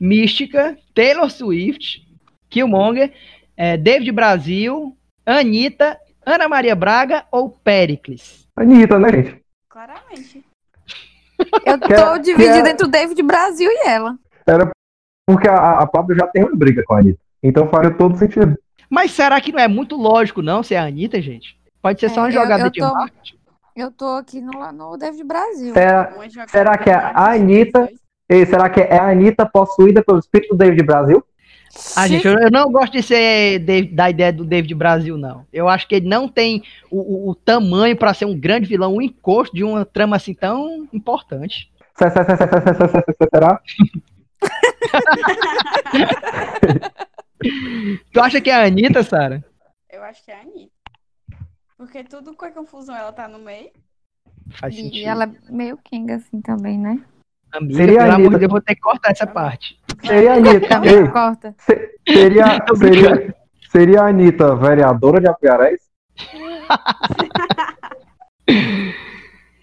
Speaker 2: Mística, Taylor Swift, Killmonger, eh, David Brasil, Anitta, Ana Maria Braga ou Pericles?
Speaker 6: Anitta, né, gente?
Speaker 5: Claramente.
Speaker 4: Eu tô
Speaker 6: Que é-
Speaker 4: dividida
Speaker 6: que é-
Speaker 4: entre o David Brasil e ela.
Speaker 6: Porque a, a Pablo já tem uma briga com a Anitta. Então faria todo sentido.
Speaker 2: Mas será que não é muito lógico não ser a Anitta, gente? Pode ser só uma
Speaker 4: É, eu-
Speaker 2: jogada
Speaker 4: eu
Speaker 2: de
Speaker 4: tô-
Speaker 2: marketing.
Speaker 4: Eu tô aqui no, no David Brasil.
Speaker 3: Será,
Speaker 5: Uma jogada
Speaker 3: será que é a- a
Speaker 5: de
Speaker 3: Anitta-
Speaker 5: dois.
Speaker 3: ei, será que é a Anitta possuída pelo espírito do David Brasil?
Speaker 2: Ah, gente, eu, eu não gosto de ser de- da ideia do David Brasil, não. Eu acho que ele não tem o, o- o tamanho para ser um grande vilão, um encosto de uma trama assim tão importante.
Speaker 3: Se- se- se- se- se- se- se- se- Será?
Speaker 2: Tu acha que é a Anitta, Sara?
Speaker 5: Eu acho que é a Anitta. Porque tudo com a confusão ela tá no meio.
Speaker 2: Faz sentido.
Speaker 4: E ela é meio Kinga, assim, também, né?
Speaker 2: Amiga,
Speaker 3: Seria a
Speaker 2: pelo amor de
Speaker 3: Anitta.
Speaker 2: Deus, eu vou ter que cortar essa parte.
Speaker 3: Seria a Anitta.
Speaker 4: Também
Speaker 6: Ei.
Speaker 4: corta.
Speaker 6: Seria,
Speaker 2: Tô
Speaker 6: seria, seria a Anitta vereadora de Apiarés?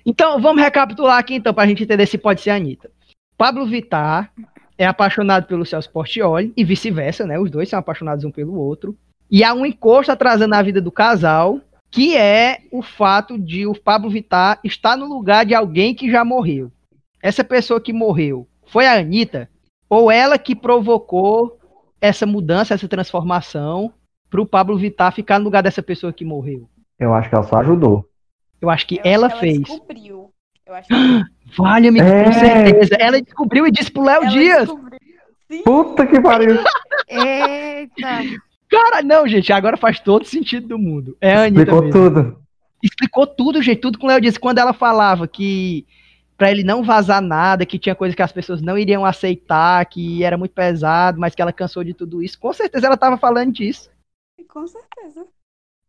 Speaker 2: Então, vamos recapitular aqui, então, para a gente entender se pode ser a Anitta. Pablo Vittar é apaixonado pelo Celso Portioli e vice-versa, né? Os dois são apaixonados um pelo outro. E há um encosto atrasando a vida do casal, que é o fato de o Pablo Vittar estar no lugar de alguém que já morreu. Essa pessoa que morreu foi a Anitta? Ou ela que provocou essa mudança, essa transformação, para o Pablo Vittar ficar no lugar dessa pessoa que morreu?
Speaker 3: Eu acho que ela só ajudou.
Speaker 2: Eu acho que
Speaker 5: Eu acho
Speaker 2: ela
Speaker 5: que
Speaker 2: fez.
Speaker 5: Ela descobriu. Eu acho que ela
Speaker 2: Valha-me,
Speaker 3: É.
Speaker 2: com certeza. Ela descobriu e disse pro Léo Dias.
Speaker 5: descobriu. Sim.
Speaker 6: Puta que pariu!
Speaker 4: Eita.
Speaker 2: Cara, não, gente, agora faz todo sentido do mundo. É a Anitta
Speaker 3: Explicou
Speaker 2: mesmo.
Speaker 3: tudo.
Speaker 2: Explicou tudo, gente, tudo com o Léo Dias. Quando ela falava que pra ele não vazar nada, que tinha coisa que as pessoas não iriam aceitar, que era muito pesado, mas que ela cansou de tudo isso, com certeza ela tava falando disso.
Speaker 5: Com certeza.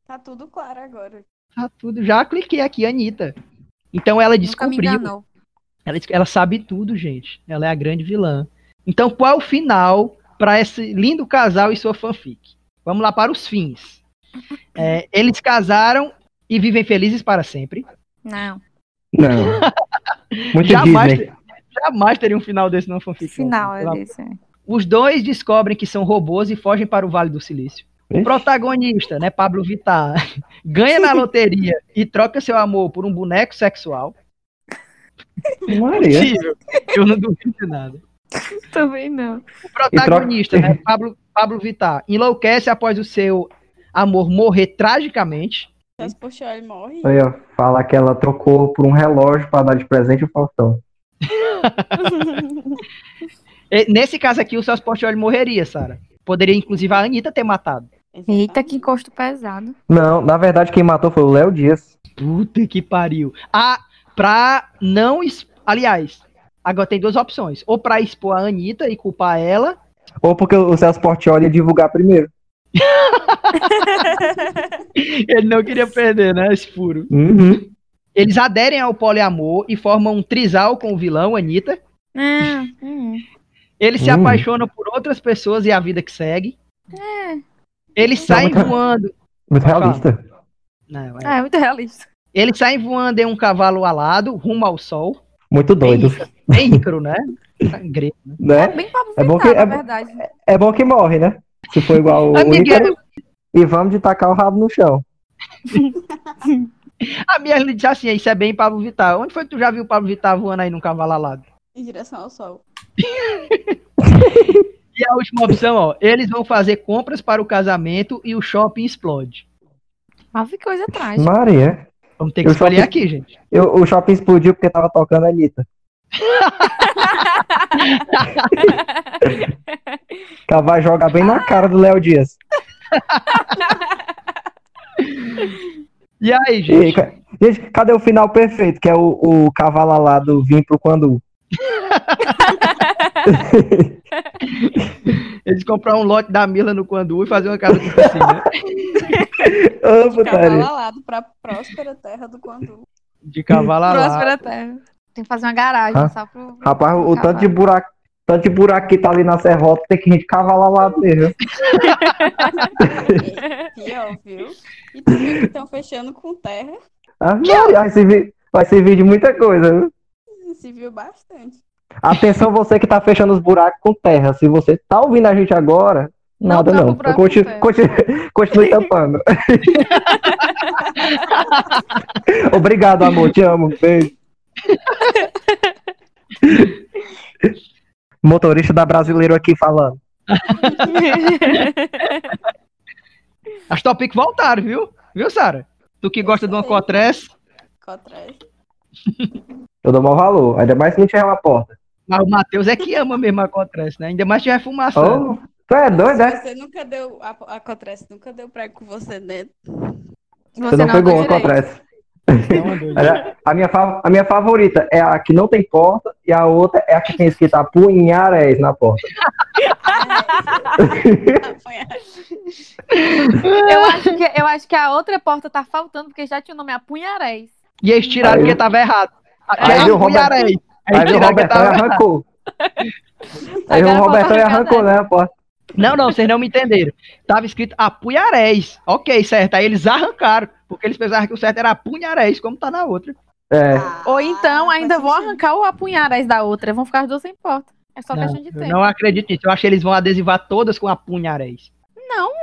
Speaker 5: Tá tudo claro agora.
Speaker 2: Tá tudo, já cliquei aqui, Anitta. Então ela
Speaker 4: Nunca me
Speaker 2: descobriu.
Speaker 4: enganou.
Speaker 2: Ela, ela sabe tudo, gente. Ela é a grande vilã. Então, qual é o final para esse lindo casal e sua fanfic. Vamos lá para os fins. É, eles casaram e vivem felizes para sempre.
Speaker 4: Não.
Speaker 3: Não. Muito
Speaker 2: jamais,
Speaker 3: Disney.
Speaker 2: ter- jamais teria um final desse não fanfic.
Speaker 4: Final
Speaker 2: não.
Speaker 4: é
Speaker 2: Pela-
Speaker 4: desse. né?
Speaker 2: Os dois descobrem que são robôs e fogem para o Vale do Silício. O
Speaker 3: Ixi.
Speaker 2: protagonista, né, Pablo Vittar, ganha na loteria e troca seu amor por um boneco sexual.
Speaker 3: Maria.
Speaker 2: Possível. Eu não duvido de nada.
Speaker 4: Também não.
Speaker 2: O protagonista, né, Pablo, Pablo Vittar, enlouquece após o seu amor morrer tragicamente.
Speaker 5: Mas puxou, ele morre.
Speaker 3: Aí, ó, fala que ela trocou por um relógio pra dar de presente o Faustão.
Speaker 2: E, nesse caso aqui, o Celso Portioli morreria, Sara. Poderia, inclusive, a Anitta ter matado.
Speaker 4: Eita, que encosto pesado.
Speaker 3: Não, na verdade, quem matou foi o Léo Dias.
Speaker 2: Puta que pariu. Ah, pra não. es- Aliás, agora tem duas opções. Ou pra expor a Anitta e culpar ela,
Speaker 3: Ou porque o Celso Portioli ia divulgar primeiro.
Speaker 2: Ele não queria perder, né? Esse furo.
Speaker 3: Uhum.
Speaker 2: Eles aderem ao poliamor e formam um trisal com o vilão, Anitta.
Speaker 4: Ah, hum.
Speaker 2: Eles se
Speaker 3: Hum.
Speaker 2: apaixonam por outras pessoas e a vida que segue. Eles
Speaker 3: Não,
Speaker 2: saem
Speaker 3: mas-
Speaker 2: voando.
Speaker 3: Muito realista.
Speaker 2: Não, é.
Speaker 4: É muito realista.
Speaker 2: Eles saem voando em um cavalo alado, rumo ao sol.
Speaker 3: Muito doido.
Speaker 2: Bem ícaro, né? Grego.
Speaker 4: É
Speaker 3: Né?
Speaker 4: bem Pablo
Speaker 3: É
Speaker 4: Vittar,
Speaker 3: bom que-
Speaker 4: na
Speaker 3: é-
Speaker 4: verdade.
Speaker 3: É bom que morre, né? Se for igual o
Speaker 2: Amiga,
Speaker 3: Ícaro. E vamos de tacar o rabo no chão.
Speaker 2: a minha ele disse assim: Isso é bem Pablo Vittar. Onde foi que tu já viu o Pablo Vittar voando aí num cavalo alado?
Speaker 5: Em direção ao sol.
Speaker 2: E a última opção, ó. Eles vão fazer compras para o casamento e o shopping explode.
Speaker 4: Mas que coisa trágica.
Speaker 3: Maria.
Speaker 2: Vamos ter que
Speaker 3: Eu só
Speaker 2: escolher
Speaker 3: fiz-
Speaker 2: aqui, gente.
Speaker 3: Eu- o shopping explodiu porque tava tocando a Anitta. Que Ela vai jogar bem na cara do Léo Dias.
Speaker 2: E aí,
Speaker 3: E aí,
Speaker 2: gente?
Speaker 3: ca- gente, cadê o final perfeito? Que é o, o cavalo alado vir pro quando.
Speaker 2: Eles comprar um lote da Mila no Quandu e fazer uma casa com piscina.
Speaker 3: Ô,
Speaker 5: De cavalo
Speaker 3: putaria.
Speaker 5: alado pra próspera terra do Quandu.
Speaker 2: De cavalo lá.
Speaker 4: Próspera Terra. Tem que fazer uma garagem
Speaker 3: Ah.
Speaker 4: só pro. pro
Speaker 3: Rapaz, o
Speaker 4: cavalo.
Speaker 3: tanto de buraco. Tanto de buraco que tá ali na serrota, tem que gente cavalo alado mesmo.
Speaker 5: E- Pior, viu? E tu viu que estão fechando com terra.
Speaker 3: Ah, não, vai, servir, vai servir de muita coisa, viu?
Speaker 5: Se viu bastante.
Speaker 3: Atenção, você que tá fechando os buracos com terra. Se você tá ouvindo a gente agora,
Speaker 4: Não
Speaker 3: nada
Speaker 4: tampa
Speaker 3: não.
Speaker 4: o buraco com
Speaker 3: Continu,
Speaker 4: terra.
Speaker 3: continu- continue tampando. Obrigado, amor. Te amo. Beijo. Motorista da brasileiro aqui falando.
Speaker 2: As Topic voltaram, viu? Viu, Sara? Tu que gosta de uma Cotress,
Speaker 5: Cotrás.
Speaker 3: Eu dou mau valor. Ainda mais que não tiver uma porta.
Speaker 2: mas o Matheus é que ama mesmo a Cotress, né? Ainda mais tiver
Speaker 4: Tá.
Speaker 2: fumaça.
Speaker 3: Ô, tu é doido, é?
Speaker 5: Você nunca deu. A, a Cotrás nunca deu prego com você né? dentro.
Speaker 4: Você
Speaker 3: Você não, pegou
Speaker 4: andou
Speaker 3: uma
Speaker 4: direito.
Speaker 3: acontece.
Speaker 2: Não, é doido.
Speaker 3: Olha, A minha, fa- a minha favorita é a que não tem porta e a outra é a que tem escrito apunharés na porta. É.
Speaker 4: Eu acho, que, eu acho que a outra porta tá faltando, porque já tinha o nome Apunharés.
Speaker 2: E eles tiraram
Speaker 3: Aí-
Speaker 2: porque tava errado.
Speaker 3: Aí
Speaker 2: Era
Speaker 3: viu o
Speaker 2: ruim,
Speaker 3: Roberto-
Speaker 2: era Aí Aí
Speaker 3: Aí o
Speaker 2: tiraram que
Speaker 3: Robertão
Speaker 2: tava...
Speaker 3: arrancou. Aí
Speaker 4: Agora
Speaker 3: o Robertão
Speaker 4: falta
Speaker 3: arrancou, né, pô?
Speaker 2: Não, não, vocês não me entenderam. Tava escrito Apunharés. Ok, certo. Aí eles arrancaram, porque eles pensavam que o certo era Apunharés, como tá na outra.
Speaker 3: É.
Speaker 5: Ah,
Speaker 4: Ou então ainda vão arrancar o Apunharés da outra. Vão ficar as duas sem porta. É só
Speaker 2: Não,
Speaker 4: questão de
Speaker 2: eu
Speaker 4: tempo.
Speaker 2: não acredito nisso. Eu acho que eles vão adesivar todas com Apunharés.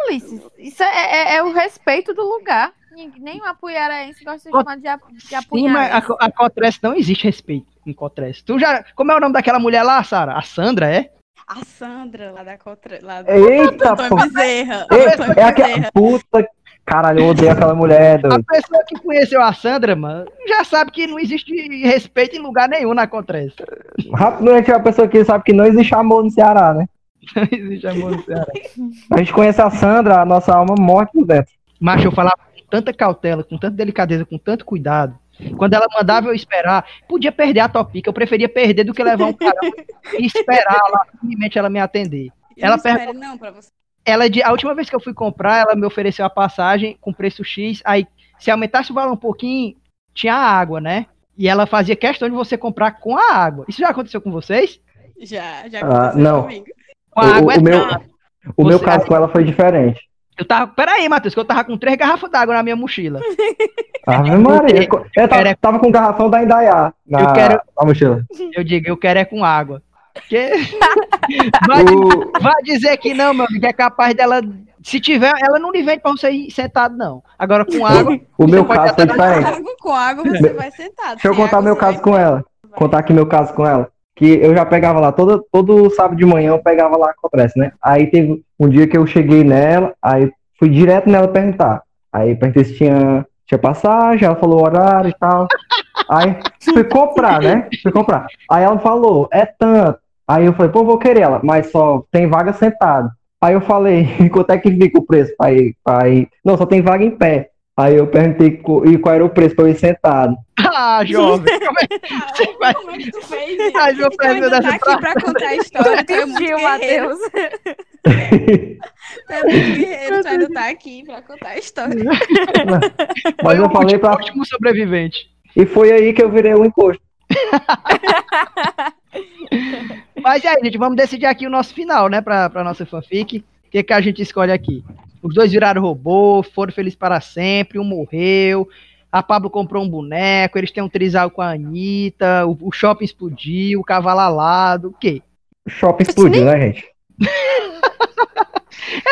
Speaker 4: Ulisses, isso é, é- é o respeito do lugar. Nin- Nem o apunharense gosta de
Speaker 2: Ó,
Speaker 4: chamar de, a- de
Speaker 2: Sim, mas a,
Speaker 4: apunharense.
Speaker 2: co- a Cotress não existe respeito em Cotress. Tu já. Como é o nome daquela mulher lá, Sara? A Sandra, é?
Speaker 5: A Sandra, lá da Cotrás. Lá do
Speaker 3: Eita, pô.
Speaker 5: Antônio Bezerra. Antônio
Speaker 3: É, é
Speaker 5: Bezerra.
Speaker 3: aquela puta. Caralho, eu odeio aquela mulher,
Speaker 2: A
Speaker 3: doido.
Speaker 2: pessoa que conheceu a Sandra, mano, já sabe que não existe respeito em lugar nenhum na Cotress.
Speaker 3: Rapidamente é uma pessoa que sabe que não existe amor no Ceará, né?
Speaker 2: Não existe amor no Ceará.
Speaker 3: A gente conhece a Sandra, a nossa alma morre por dentro.
Speaker 2: Mas eu falava com tanta cautela, com tanta delicadeza, com tanto cuidado. Quando ela mandava eu esperar, podia perder a topica. Eu preferia perder do que levar um caramba e esperar lá, simplesmente ela me atender.
Speaker 5: E não
Speaker 2: Ela
Speaker 5: espere
Speaker 2: pergunta-
Speaker 5: não pra você.
Speaker 2: ela de, a última vez que eu fui comprar, ela me ofereceu a passagem com preço X, aí se aumentasse o valor um pouquinho, tinha água, né? E ela fazia questão de você comprar com a água. Isso já aconteceu com vocês?
Speaker 5: Já, já
Speaker 3: Ah,
Speaker 5: aconteceu
Speaker 3: não.
Speaker 5: comigo.
Speaker 2: Com a água é
Speaker 3: o, o meu,
Speaker 2: tanto.
Speaker 3: o meu
Speaker 2: Você-
Speaker 3: caso com ela foi diferente.
Speaker 2: Eu tava. Peraí, Matheus, que eu tava com três garrafas d'água na minha mochila.
Speaker 3: Ave Maria. Eu tava,
Speaker 2: Era-
Speaker 3: tava com o garrafão da Indaiá na,
Speaker 2: Eu quero-
Speaker 3: na mochila.
Speaker 2: Eu digo, eu quero é com água. Porque. vai,
Speaker 3: O-
Speaker 2: vai dizer que não, meu amigo, que é capaz dela. Se tiver, ela não lhe vende pra você ir sentado, não. Agora com água.
Speaker 3: O meu
Speaker 2: Você pode
Speaker 3: caso foi
Speaker 2: até
Speaker 5: Com
Speaker 3: diferente.
Speaker 5: água, com água você vai sentado.
Speaker 3: Deixa eu
Speaker 5: Sem
Speaker 3: contar
Speaker 5: água,
Speaker 3: meu
Speaker 5: você
Speaker 3: caso
Speaker 5: vai-
Speaker 3: com ela. Contar aqui meu caso com ela. Que eu já pegava lá, todo, todo sábado de manhã eu pegava lá a Compressa, né? Aí teve um dia que eu cheguei nela, aí fui direto nela perguntar. Aí perguntei se tinha, tinha passagem, ela falou o horário e tal. Aí fui comprar, né? Fui comprar. Aí ela falou, é tanto. Aí eu falei, pô, vou querer ela, mas só tem vaga sentado. Aí eu falei, quanto é que fica o preço pra ir? Pra ir? Não, só tem vaga em pé. Aí eu perguntei co- e qual era o preço pra eu ir sentado.
Speaker 2: Ah, jovem. Como é que
Speaker 5: Cara, como é que tu fez? gente?
Speaker 2: faz uma
Speaker 5: Tu ainda
Speaker 2: pergunta
Speaker 5: tá
Speaker 2: dessa
Speaker 5: aqui pra contar a história. Tu é muito
Speaker 4: Pediu,
Speaker 5: guerreiro.
Speaker 4: Matheus.
Speaker 5: Tu é muito guerreiro. Tu ainda tá aqui pra contar a história.
Speaker 3: Mas eu
Speaker 2: o
Speaker 3: falei
Speaker 2: último-
Speaker 3: pra.
Speaker 2: último sobrevivente.
Speaker 3: E foi aí que eu virei um encosto.
Speaker 2: Mas e aí, gente, vamos decidir aqui o nosso final, né, pra, pra nossa fanfic. O que, que a gente escolhe aqui? Os dois viraram robô, foram felizes para sempre, um morreu, a Pablo comprou um boneco, eles têm um trisal com a Anitta, o, o shopping explodiu, o cavalo alado, o quê?
Speaker 3: O shopping explodiu, né, gente?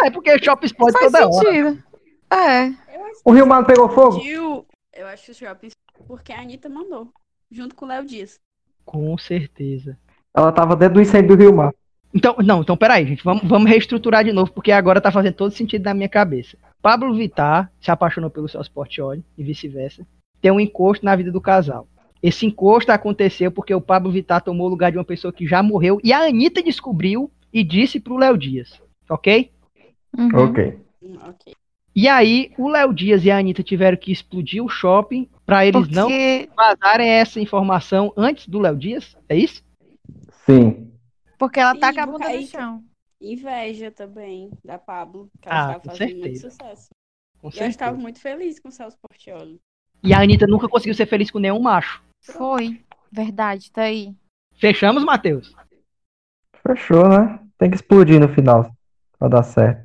Speaker 2: É, porque o shopping explode
Speaker 4: Faz
Speaker 2: toda hora.
Speaker 4: sentido. É.
Speaker 5: Eu acho
Speaker 3: O Rio Mar pegou fogo?
Speaker 5: Tio, eu acho que o shopping porque a Anitta mandou. Junto com o Léo Dias.
Speaker 2: Com certeza.
Speaker 3: Ela tava dentro do incêndio do Rio Mar.
Speaker 2: Então, não, então peraí, gente, vamos, vamos reestruturar de novo, porque agora tá fazendo todo sentido na minha cabeça. Pablo Vittar se apaixonou pelo Celso Portioli e vice-versa. Tem um encosto na vida do casal. Esse encosto aconteceu porque o Pablo Vittar tomou o lugar de uma pessoa que já morreu e a Anitta descobriu e disse pro Léo Dias, ok?
Speaker 4: Uhum.
Speaker 6: Ok.
Speaker 5: Hum, ok.
Speaker 2: E aí, o Léo Dias e a Anitta tiveram que explodir o shopping pra eles não
Speaker 4: Porque,
Speaker 2: vazarem essa informação antes do Léo Dias, é isso?
Speaker 3: Sim.
Speaker 4: porque ela
Speaker 5: Ih,
Speaker 4: taca a
Speaker 5: vou
Speaker 4: bunda no
Speaker 5: cair.
Speaker 4: chão.
Speaker 5: Inveja também da Pablo, que ela
Speaker 2: Ah,
Speaker 5: estava
Speaker 2: com
Speaker 5: fazendo muito
Speaker 2: certeza.
Speaker 5: sucesso.
Speaker 2: Com
Speaker 5: E eu estava
Speaker 2: certeza.
Speaker 5: muito feliz com o Celso Portioli.
Speaker 2: E a Anitta nunca conseguiu ser feliz com nenhum macho.
Speaker 4: Foi. Verdade, tá aí.
Speaker 2: Fechamos, Matheus?
Speaker 3: Fechou, né? Tem que explodir no final pra dar certo.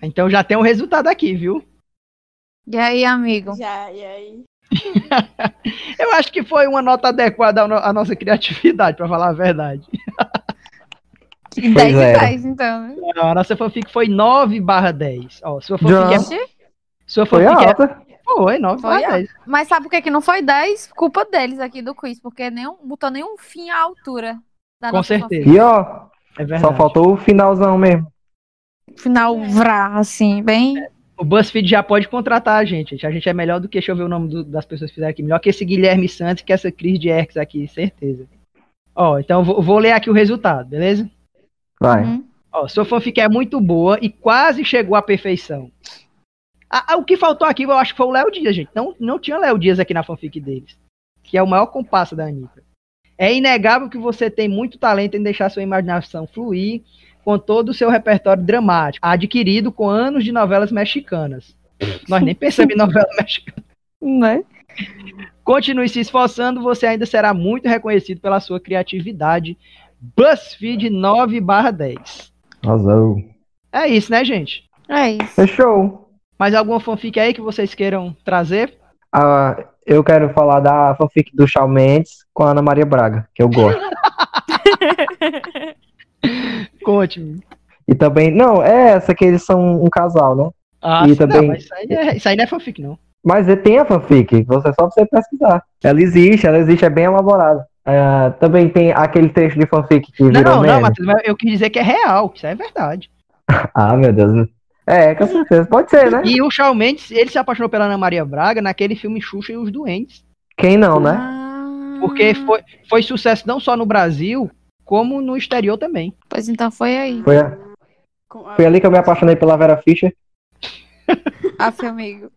Speaker 2: Então já tem um resultado aqui, viu?
Speaker 4: E aí, amigo?
Speaker 5: Já, e aí?
Speaker 2: Eu acho que foi uma nota adequada ao no- à nossa criatividade, pra falar a verdade.
Speaker 4: 10
Speaker 3: Pois é.
Speaker 4: de 10, então. né?
Speaker 2: A nossa fanfic foi 9 barra 10. Ó, sua
Speaker 3: Já.
Speaker 2: fanfic, é,
Speaker 4: Oxi.
Speaker 2: sua
Speaker 3: Foi
Speaker 2: fanfic é-
Speaker 3: alta.
Speaker 2: foi 9
Speaker 4: Foi
Speaker 2: barra
Speaker 4: alta.
Speaker 2: 10.
Speaker 4: Mas sabe por que, que não foi 10? Culpa deles aqui do quiz, porque nenhum, botou nenhum fim à altura da
Speaker 2: Com
Speaker 4: nossa
Speaker 2: certeza.
Speaker 3: E ó,
Speaker 2: É verdade.
Speaker 3: só faltou o finalzão mesmo.
Speaker 4: fanfic. Final vrá, assim, bem.
Speaker 2: O BuzzFeed já pode contratar a gente. gente. A gente é melhor do que, deixa eu ver o nome do- das pessoas que fizeram aqui, melhor que esse Guilherme Santos, que essa Cris de Erques aqui, certeza. Ó, então vou, vou ler aqui o resultado, beleza?
Speaker 3: Vai.
Speaker 4: Uhum.
Speaker 2: Ó, sua fanfic é muito boa e quase chegou à perfeição. Ah, ah, o que faltou aqui, eu acho que foi o Léo Dias, gente. Não, não tinha Léo Dias aqui na fanfic deles, que é o maior compasso da Anitta. É inegável que você tem muito talento em deixar sua imaginação fluir com todo o seu repertório dramático, adquirido com anos de novelas mexicanas. Nós nem pensamos em novela mexicana.
Speaker 4: Né?
Speaker 2: Continue se esforçando, você ainda será muito reconhecido pela sua criatividade. BuzzFeed 9 10.
Speaker 3: Azul.
Speaker 2: É isso, né, gente?
Speaker 4: É isso.
Speaker 3: Fechou.
Speaker 2: Mais alguma fanfic aí que vocês queiram trazer?
Speaker 3: Ah, eu quero falar da fanfic do Shawn Mendes com a Ana Maria Braga, que eu gosto.
Speaker 2: Conte-me.
Speaker 3: e também, não, é essa que eles são um casal, né?
Speaker 2: Ah,
Speaker 3: E
Speaker 2: sim,
Speaker 3: também-
Speaker 2: não, mas isso, aí é, isso aí não é fanfic, não.
Speaker 3: Mas tem a fanfic, você é só você pesquisar. Ela existe, ela existe, é bem elaborada. Ah, também tem aquele texto de fanfic que
Speaker 2: Não,
Speaker 3: virou
Speaker 2: não,
Speaker 3: meme.
Speaker 2: não, Matheus, mas eu quis dizer que é real, que isso aí é verdade.
Speaker 3: Ah, meu Deus. É, com certeza. Pode ser, né?
Speaker 2: E o Shawn Mendes, ele se apaixonou pela Ana Maria Braga naquele filme Xuxa e os Doentes,
Speaker 3: Quem não, né?
Speaker 4: Ah,
Speaker 2: porque
Speaker 3: Hum.
Speaker 2: foi, foi sucesso não só no Brasil, como no exterior também.
Speaker 4: Pois então foi aí.
Speaker 3: Foi, a-
Speaker 5: Com a-
Speaker 3: foi ali que eu me apaixonei pela Vera Fischer.
Speaker 4: Aff, amigo.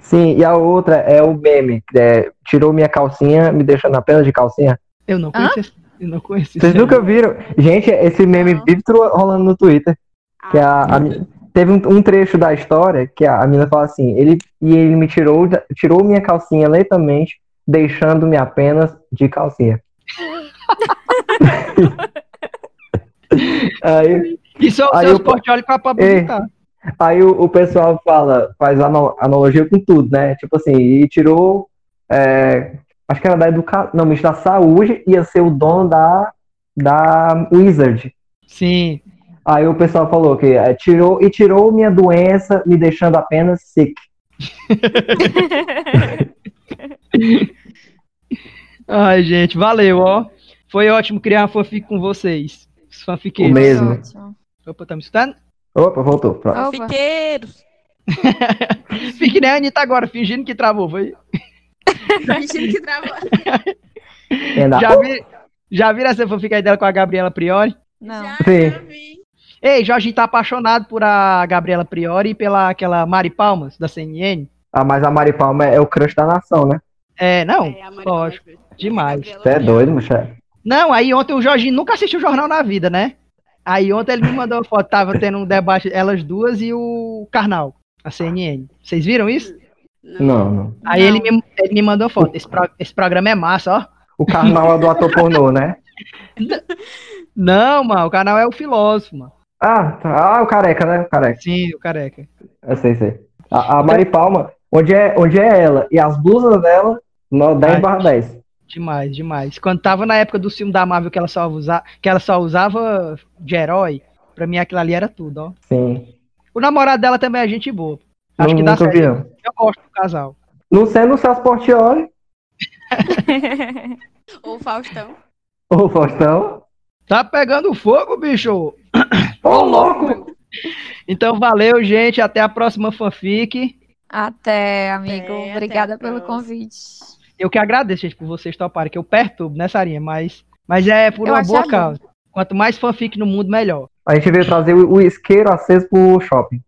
Speaker 3: Sim, e a outra é o meme. que é, tirou minha calcinha, me deixando apenas de calcinha.
Speaker 2: Eu não conheço esse, eu não conheci
Speaker 3: Vocês
Speaker 2: esse
Speaker 3: nunca viram? Gente, esse meme
Speaker 5: Não.
Speaker 3: vive tro- rolando no Twitter.
Speaker 5: Ah,
Speaker 3: Que a, a mi- teve um, um trecho da história que a, a mina fala assim, ele, e ele me tirou, da- tirou minha calcinha lentamente, deixando-me apenas de calcinha. Aí,
Speaker 2: Isso é o
Speaker 3: Aí
Speaker 2: seu
Speaker 3: eu-
Speaker 2: esporte, olha pra publicitar.
Speaker 3: aí o, o pessoal fala, faz ano- analogia com tudo, né? Tipo assim, e tirou. é, acho que era da educação. Não, ministro da saúde ia ser o dono da, da Wizard.
Speaker 2: Sim.
Speaker 3: Aí o pessoal falou que é, tirou e tirou minha doença, me deixando apenas sick.
Speaker 2: Ai, gente, valeu, ó. Foi ótimo criar uma fanfic com vocês. Os fanfiqueiros.
Speaker 3: O mesmo.
Speaker 4: Ótimo.
Speaker 2: Opa, tá me escutando?
Speaker 3: Opa, voltou. Pronto.
Speaker 4: Opa.
Speaker 5: Fiqueiros.
Speaker 2: Fique nem a Anitta agora, fingindo que travou. Foi?
Speaker 5: Fingindo que travou.
Speaker 3: Ainda-
Speaker 2: Já, vi, já viram essa fanfic aí dela com a Gabriela Priori?
Speaker 4: Não.
Speaker 5: Já,
Speaker 3: Sim.
Speaker 5: já vi.
Speaker 2: Ei, Jorginho tá apaixonado por a Gabriela Priori e pela aquela Mari Palmas, da CNN.
Speaker 3: Ah, mas a Mari Palma é o crush da nação, né?
Speaker 2: É, não,
Speaker 5: É, a Maria
Speaker 2: lógico,
Speaker 5: Maravilha.
Speaker 2: demais.
Speaker 5: Gabriela
Speaker 3: Você é
Speaker 5: Maria.
Speaker 3: doido, mocha.
Speaker 2: Não, aí ontem o Jorginho nunca assistiu jornal na vida, né? Aí ontem ele me mandou uma foto, tava tendo um debate, elas duas e o Carnal, a CNN. Vocês viram isso?
Speaker 3: Não, não.
Speaker 2: Aí
Speaker 4: Não.
Speaker 2: ele me, ele me mandou foto. Esse, pro- esse programa é massa, ó.
Speaker 3: O carnal é do ator pornô, né?
Speaker 2: Não, mano, o canal é o filósofo, mano.
Speaker 3: Ah, tá. Ah, o careca, né? O careca.
Speaker 2: Sim, o careca.
Speaker 3: Eu sei, sei. A, a Mari Palma, onde é, onde é ela? E as blusas dela, no 10
Speaker 2: Ai.
Speaker 3: barra 10.
Speaker 2: Demais, demais. Quando tava na época do filme da Marvel que ela só usava, que ela só usava de herói, pra mim aquilo ali era tudo, ó.
Speaker 3: Sim.
Speaker 2: O namorado dela também é gente boa. Acho
Speaker 3: não,
Speaker 2: que dá
Speaker 3: nunca
Speaker 2: certo.
Speaker 3: vi, não.
Speaker 2: Eu gosto do casal.
Speaker 3: Não sendo o Celso Portioli,
Speaker 5: Ou Faustão.
Speaker 3: ô Faustão.
Speaker 2: Tá pegando fogo, bicho!
Speaker 3: Ô, louco!
Speaker 2: Então valeu, gente. Até a próxima fanfic.
Speaker 4: Até, amigo.
Speaker 5: Até, até
Speaker 4: Obrigada
Speaker 5: a
Speaker 4: pelo
Speaker 5: próxima.
Speaker 4: convite.
Speaker 2: Eu que agradeço, gente, por vocês toparem, que eu perturbo, né, Sarinha? Mas, mas é por
Speaker 4: Eu
Speaker 2: uma
Speaker 4: acho
Speaker 2: boa
Speaker 4: justo.
Speaker 2: causa. Quanto mais fanfic no mundo, melhor.
Speaker 3: A gente veio trazer o, o isqueiro aceso pro shopping.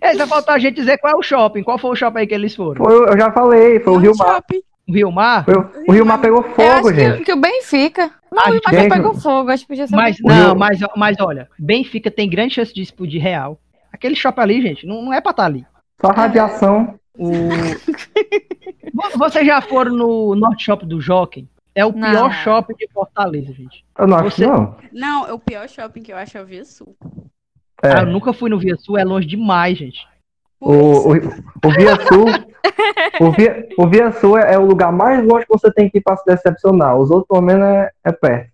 Speaker 2: É, só faltar a gente dizer qual é o shopping. Qual foi o shopping aí que eles foram?
Speaker 3: Foi, eu já falei, foi o Rio Mar.
Speaker 5: Shopping.
Speaker 2: O Rio Mar?
Speaker 3: Foi o, o Rio Mar pegou
Speaker 4: Eu acho
Speaker 3: fogo, gente.
Speaker 4: que, que o Benfica. Não,
Speaker 2: Ah,
Speaker 4: o Imagina
Speaker 3: gente.
Speaker 4: pegou fogo. Acho que podia ser o
Speaker 2: Mas
Speaker 3: O
Speaker 2: não,
Speaker 3: Rio-
Speaker 2: mas, mas olha, Benfica tem grande chance de explodir real. Aquele shopping ali, gente, não, não é pra estar ali.
Speaker 3: Só radiação.
Speaker 2: O... Vo- Vocês já foram no Norte Shopping do Jockey? É o
Speaker 4: Não.
Speaker 2: pior shopping de Fortaleza, gente.
Speaker 3: Eu não acho,
Speaker 2: Você-
Speaker 3: que não.
Speaker 5: Não, o pior shopping que eu acho é o Via Sul.
Speaker 3: É.
Speaker 2: Ah, eu nunca fui no Via Sul, é longe demais, gente.
Speaker 5: Por
Speaker 3: O,
Speaker 5: isso,
Speaker 3: o, o Via Sul. o, Via, o Via Sul é, é o lugar mais longe que você tem que ir para se decepcionar. Os outros, pelo menos, é, é perto.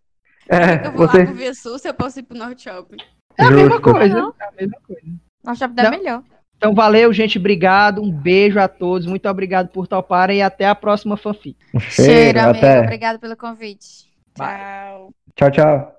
Speaker 3: É,
Speaker 5: eu vou lá
Speaker 3: você.
Speaker 5: pro Via Sul se eu posso ir pro Norte Shopping.
Speaker 2: É a mesma
Speaker 3: Justo.
Speaker 2: coisa.
Speaker 4: Não.
Speaker 2: É a mesma coisa.
Speaker 4: Nosso shopping é
Speaker 2: Não.
Speaker 4: melhor.
Speaker 2: Então valeu, gente. Obrigado. Um beijo a todos. Muito obrigado por toparem e até a próxima fanfic.
Speaker 3: Cheiro,
Speaker 4: amigo.
Speaker 3: até.
Speaker 4: Obrigada pelo convite.
Speaker 5: Tchau.
Speaker 3: Tchau, tchau.